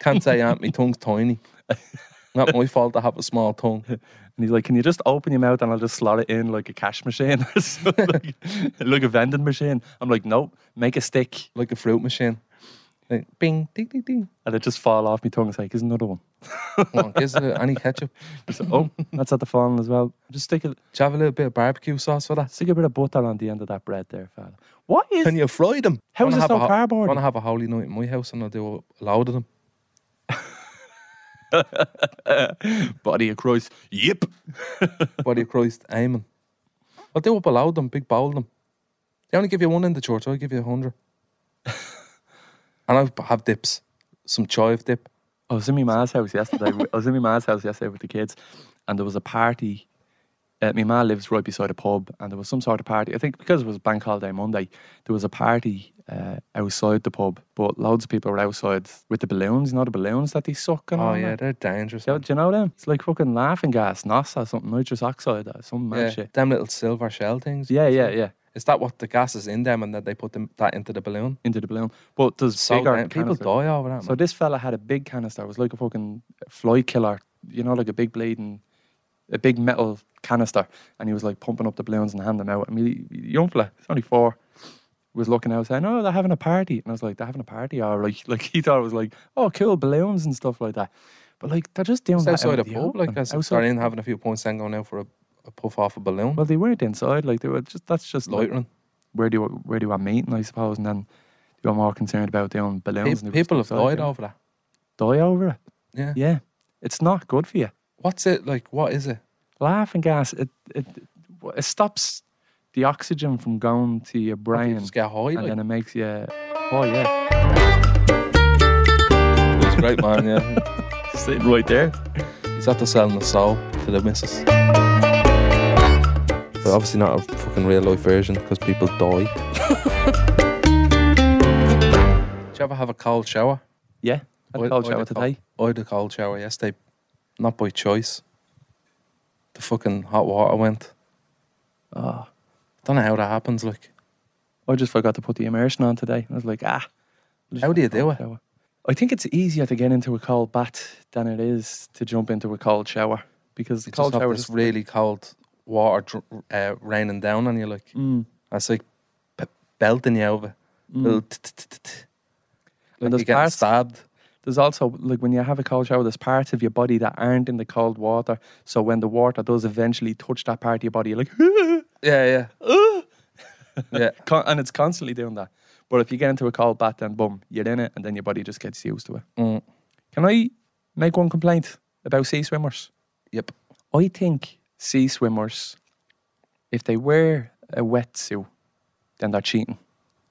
[SPEAKER 3] Can't say aunt, my tongue's tiny. Not my fault I have a small tongue.
[SPEAKER 4] And he's like, Can you just open your mouth and I'll just slot it in like a cash machine or something? like a vending machine. I'm like, Nope, make a stick.
[SPEAKER 3] Like a fruit machine. Like bing, ding, ding, ding.
[SPEAKER 4] And it just fall off my tongue. It's like, Here's another one.
[SPEAKER 3] Come on, gives it any ketchup.
[SPEAKER 4] It's like, oh, that's at the fallen as well. Just stick a,
[SPEAKER 3] Do you have a little bit of barbecue sauce for that?
[SPEAKER 4] stick a bit of butter on the end of that bread there, father. What is.
[SPEAKER 3] Can you fry them?
[SPEAKER 4] How is
[SPEAKER 3] Wanna
[SPEAKER 4] this
[SPEAKER 3] have a
[SPEAKER 4] not
[SPEAKER 3] ho-
[SPEAKER 4] carboard?
[SPEAKER 3] wanna have a holy night in my house and I'll do a load of them.
[SPEAKER 4] Body of Christ. Yep.
[SPEAKER 3] Body of Christ, amen. I'll do up aloud them, big bowl them. They only give you one in the church, I'll give you a hundred. and I have dips, some chive dip.
[SPEAKER 4] I was in my ma's house yesterday. wi- I was in my ma's house yesterday with the kids, and there was a party. Uh, my ma lives right beside a pub, and there was some sort of party. I think because it was Bank Holiday Monday, there was a party uh, outside the pub, but loads of people were outside with the balloons. You know the balloons that they suck and
[SPEAKER 3] Oh,
[SPEAKER 4] all
[SPEAKER 3] yeah,
[SPEAKER 4] that?
[SPEAKER 3] they're dangerous.
[SPEAKER 4] Do you- do you know them? It's like fucking laughing gas, NOS or something, nitrous oxide or some mad
[SPEAKER 3] yeah,
[SPEAKER 4] shit.
[SPEAKER 3] them little silver shell things.
[SPEAKER 4] Yeah, yeah, yeah.
[SPEAKER 3] Is that what the gas is in them and that they put them that into the balloon?
[SPEAKER 4] Into the balloon. But there's
[SPEAKER 3] So
[SPEAKER 4] bigger
[SPEAKER 3] dan- people
[SPEAKER 4] canisters.
[SPEAKER 3] die over that.
[SPEAKER 4] So
[SPEAKER 3] man.
[SPEAKER 4] this fella had a big canister. It was like a fucking fly killer, you know, like a big bleeding, a big metal canister. And he was like pumping up the balloons and handing them out. I mean, the young fella, he's only four, was looking out saying, "Oh, they're having a party." And I was like, "They're having a party, all right." Like he thought it was like, "Oh, cool balloons and stuff like that." But like they're just doing
[SPEAKER 3] Just
[SPEAKER 4] that
[SPEAKER 3] outside
[SPEAKER 4] out
[SPEAKER 3] a
[SPEAKER 4] in the
[SPEAKER 3] pub, like
[SPEAKER 4] open,
[SPEAKER 3] as
[SPEAKER 4] outside-
[SPEAKER 3] they're in having a few points and going out for a, a puff off a balloon.
[SPEAKER 4] Well, they weren't inside. Like they were just that's just like,
[SPEAKER 3] Loitering.
[SPEAKER 4] where do you, where do I meet? And I suppose, and then you're more concerned about doing
[SPEAKER 3] Pe-
[SPEAKER 4] balloons. and they were
[SPEAKER 3] people have
[SPEAKER 4] just outside
[SPEAKER 3] died
[SPEAKER 4] doing-
[SPEAKER 3] over that.
[SPEAKER 4] die over it.
[SPEAKER 3] Yeah.
[SPEAKER 4] Yeah, it's not good for you.
[SPEAKER 3] What's it like? What is it?
[SPEAKER 4] Laughing gas it it it stops the oxygen from going to your
[SPEAKER 3] Do you
[SPEAKER 4] brain,
[SPEAKER 3] just get high.
[SPEAKER 4] and
[SPEAKER 3] Like?
[SPEAKER 4] then it makes you. Oh yeah,
[SPEAKER 3] It's great, man. Yeah,
[SPEAKER 4] sitting right there.
[SPEAKER 3] he's after selling the soul to the missus. But obviously not a fucking real life version because people die. Do you ever have a cold shower?
[SPEAKER 4] Yeah, I had
[SPEAKER 3] Oil-
[SPEAKER 4] a cold
[SPEAKER 3] oil
[SPEAKER 4] shower
[SPEAKER 3] the top.
[SPEAKER 4] today.
[SPEAKER 3] I had a cold shower yesterday, not by choice. The fucking hot water went. Ah,
[SPEAKER 4] Oh,
[SPEAKER 3] Don't know how that happens. Like,
[SPEAKER 4] I just forgot to put the immersion on today. I was like, ah. I'll just
[SPEAKER 3] How do you
[SPEAKER 4] have a
[SPEAKER 3] do
[SPEAKER 4] cold
[SPEAKER 3] it?
[SPEAKER 4] shower. I think it's easier to get into a cold bath than it is to jump into a cold shower because the
[SPEAKER 3] you
[SPEAKER 4] cold
[SPEAKER 3] just have
[SPEAKER 4] shower
[SPEAKER 3] this
[SPEAKER 4] is
[SPEAKER 3] really cold water dr- uh, raining down on you. Like,
[SPEAKER 4] Mm.
[SPEAKER 3] that's like p- belting you over. Little t- t- t- t- t- Like
[SPEAKER 4] there's
[SPEAKER 3] you getting
[SPEAKER 4] Mm. parts-
[SPEAKER 3] stabbed.
[SPEAKER 4] there's also like when you have a cold shower, there's parts of your body that aren't in the cold water. So when the water does eventually touch that part of your body, you're like,
[SPEAKER 3] Yeah, yeah. yeah.
[SPEAKER 4] con- and it's constantly doing that. But if you get into a cold bath, then boom, you're in it, and then your body just gets used to it.
[SPEAKER 3] Mm.
[SPEAKER 4] Can I make one complaint about sea swimmers?
[SPEAKER 3] Yep.
[SPEAKER 4] I think sea swimmers, if they wear a wetsuit, then they're cheating.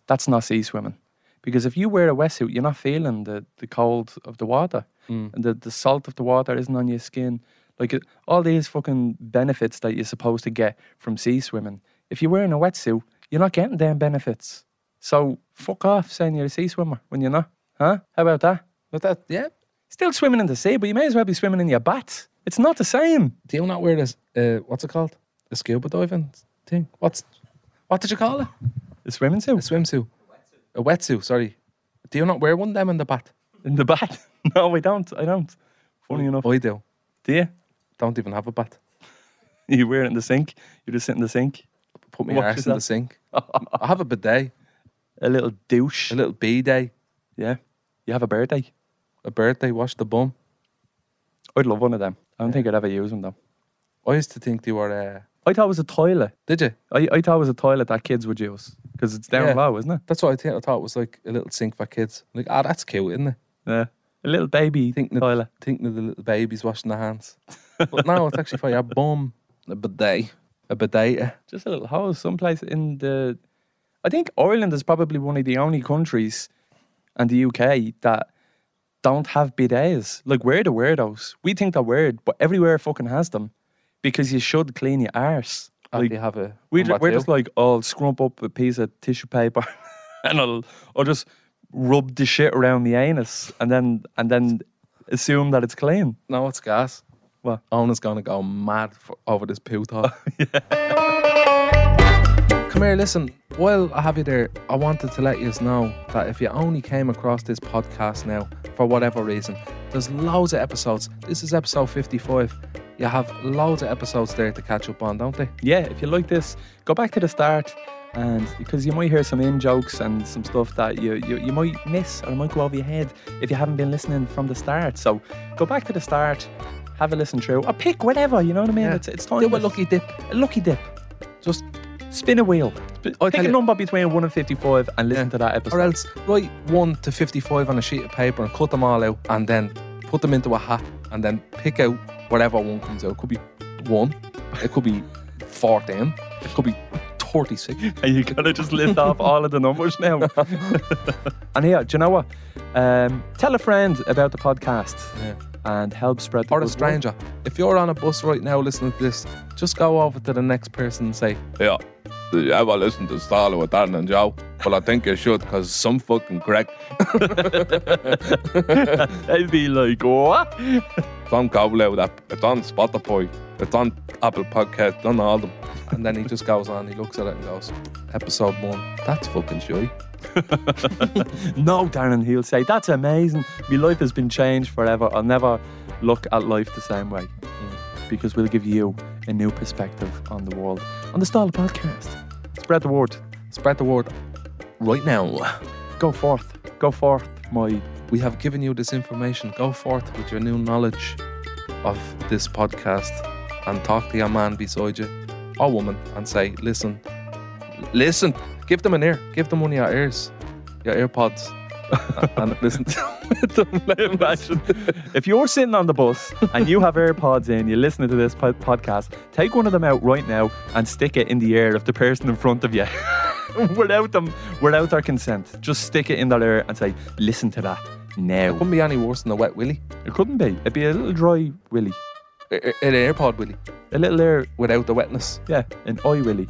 [SPEAKER 4] That's not sea swimming. Because if you wear a wetsuit, you're not feeling the, the cold of the water. And the, the salt of the water isn't on your skin. Like it- all these fucking benefits that you're supposed to get from sea swimming. If you're wearing a wetsuit, you're not getting them benefits. So fuck off saying you're a sea swimmer when you're not. Huh? How about that?
[SPEAKER 3] But that, yeah.
[SPEAKER 4] Still swimming in the sea, but you may as well be swimming in your bat. It's not the same.
[SPEAKER 3] Do you not wear this? Uh, what's it called? A scuba diving thing. What's what did you call it?
[SPEAKER 4] The swimming
[SPEAKER 3] A
[SPEAKER 4] suit
[SPEAKER 3] swimsuit. A wetsuit. Sorry. Do you not wear one of them in the bat?
[SPEAKER 4] in the bat. no, I don't. I don't. Funny enough,
[SPEAKER 3] I do.
[SPEAKER 4] do you?
[SPEAKER 3] Don't even have a bat.
[SPEAKER 4] You wear it in the sink. You just sit in the sink.
[SPEAKER 3] Put my
[SPEAKER 4] Watch
[SPEAKER 3] arse in the
[SPEAKER 4] yourself.
[SPEAKER 3] sink. I have a bidet,
[SPEAKER 4] A little douche.
[SPEAKER 3] a little b day,
[SPEAKER 4] Yeah. You have a birthday.
[SPEAKER 3] a birthday. Wash the bum.
[SPEAKER 4] I'd love one of them. I don't think I'd ever use them though.
[SPEAKER 3] I used to think they were. Uh,
[SPEAKER 4] I thought it was a toilet.
[SPEAKER 3] did you?
[SPEAKER 4] I, I thought it was a toilet that kids would use because it's down
[SPEAKER 3] Yeah.
[SPEAKER 4] low, isn't it?
[SPEAKER 3] That's what I think. I thought it was like a little sink for kids. Like, ah, that's cute, isn't it?
[SPEAKER 4] Yeah. A little baby
[SPEAKER 3] Thinking of,
[SPEAKER 4] toilet.
[SPEAKER 3] thinking of the little babies washing their hands. but no, it's actually for your bum. A bidet. A bidet.
[SPEAKER 4] Just a little hole someplace in the. I think Ireland is probably one of the only countries and the UK that don't have bidets. Like, we're the weirdos. We think they're weird, but everywhere fucking has them because you should clean your arse.
[SPEAKER 3] Like,
[SPEAKER 4] Like,
[SPEAKER 3] you have a.
[SPEAKER 4] We
[SPEAKER 3] a
[SPEAKER 4] ju- we're
[SPEAKER 3] wetsuit.
[SPEAKER 4] just like, oh, I'll scrump up a piece of tissue paper and I'll, I'll just rub the shit around the anus and then and then assume that it's clean.
[SPEAKER 3] No, it's gas.
[SPEAKER 4] What?
[SPEAKER 3] Ona's gonna go mad for, over this poo talk. Come here, listen. While I have you there, I wanted to let you know that if you only came across this podcast now for whatever reason, there's loads of episodes. This is episode 55. You have loads of episodes there to catch up on, don't they?
[SPEAKER 4] Yeah, if you like this, go back to the start and because you might hear some in jokes and some stuff that you, you you might miss or might go over your head if you haven't been listening from the start. So go back to the start, have a listen through, or pick whatever, you know what I mean? It's it's time
[SPEAKER 3] Do
[SPEAKER 4] to-
[SPEAKER 3] a lucky dip.
[SPEAKER 4] a lucky dip.
[SPEAKER 3] Just
[SPEAKER 4] Spin a wheel. Pick
[SPEAKER 3] I'll tell
[SPEAKER 4] a
[SPEAKER 3] you-
[SPEAKER 4] number between one and fifty-five and listen to that episode.
[SPEAKER 3] Or else write 1 to 55 on a sheet of paper and cut them all out and then put them into a hat and then pick out whatever one comes out. It could be one, it could be 14, it could be 36.
[SPEAKER 4] And you gotta just list off all of the numbers now. and here, do you know what? Um, tell a friend about the podcast
[SPEAKER 3] Yeah.
[SPEAKER 4] and help spread the
[SPEAKER 3] Or
[SPEAKER 4] good word.
[SPEAKER 3] a stranger. If you're on a bus right now listening to this, just go over to the next person and say, Yeah, did you ever listen to Starla with Dan and Joe? Well, I think you should because some fucking crack.
[SPEAKER 4] They'd be like, what?
[SPEAKER 3] It's on Goblet app. It's on Spotify. It's on Apple Podcast. It's on all them. And then he just goes on. He looks at it and goes, "Episode one. That's fucking shy."
[SPEAKER 4] No, Darren, he'll say, that's amazing. My life has been changed forever. I'll never look at life the same way. Because we'll give you a new perspective on the world on the Style Podcast. Spread the word.
[SPEAKER 3] Spread the word right now.
[SPEAKER 4] Go forth. Go forth, my
[SPEAKER 3] We have given you this information. Go forth with your new knowledge of this podcast and talk to your man beside you or woman and say, "Listen, listen. Give them an ear. Give them one of your ears, your ear pods, and listen to them. Let them
[SPEAKER 4] Imagine
[SPEAKER 3] listen.
[SPEAKER 4] if you're sitting on the bus and you have AirPods in, you're listening to this pod- podcast, take one of them out right now and stick it in the ear of the person in front of you. without them, without their consent, just stick it in their ear and say, "Listen to that now."
[SPEAKER 3] Couldn't be any worse than a wet willy,
[SPEAKER 4] It couldn't be. It'd be a little dry willy,
[SPEAKER 3] A- a- an ear pod willy,
[SPEAKER 4] a little air,
[SPEAKER 3] without the wetness."
[SPEAKER 4] yeah, an eye willy.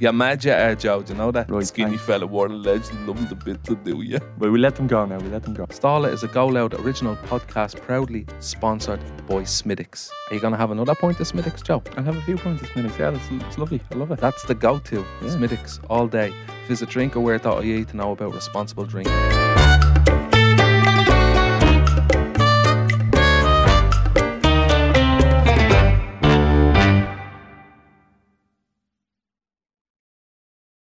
[SPEAKER 3] Yeah, mad you are, Joe. You know that
[SPEAKER 4] Right,
[SPEAKER 3] skinny
[SPEAKER 4] thanks.
[SPEAKER 3] fella wore a legend, loving the bit to do you.
[SPEAKER 4] But we let them go now. We let them go.
[SPEAKER 3] Starlet is a Go Loud original podcast proudly sponsored by Smiddix. Are you going to have another point to Smiddix, Joe?
[SPEAKER 4] I have a few points this minute. Yeah, it's, it's lovely. I love it.
[SPEAKER 3] That's the go to, Smiddix, all day. Visit drinkaware.ie to know about responsible drinking.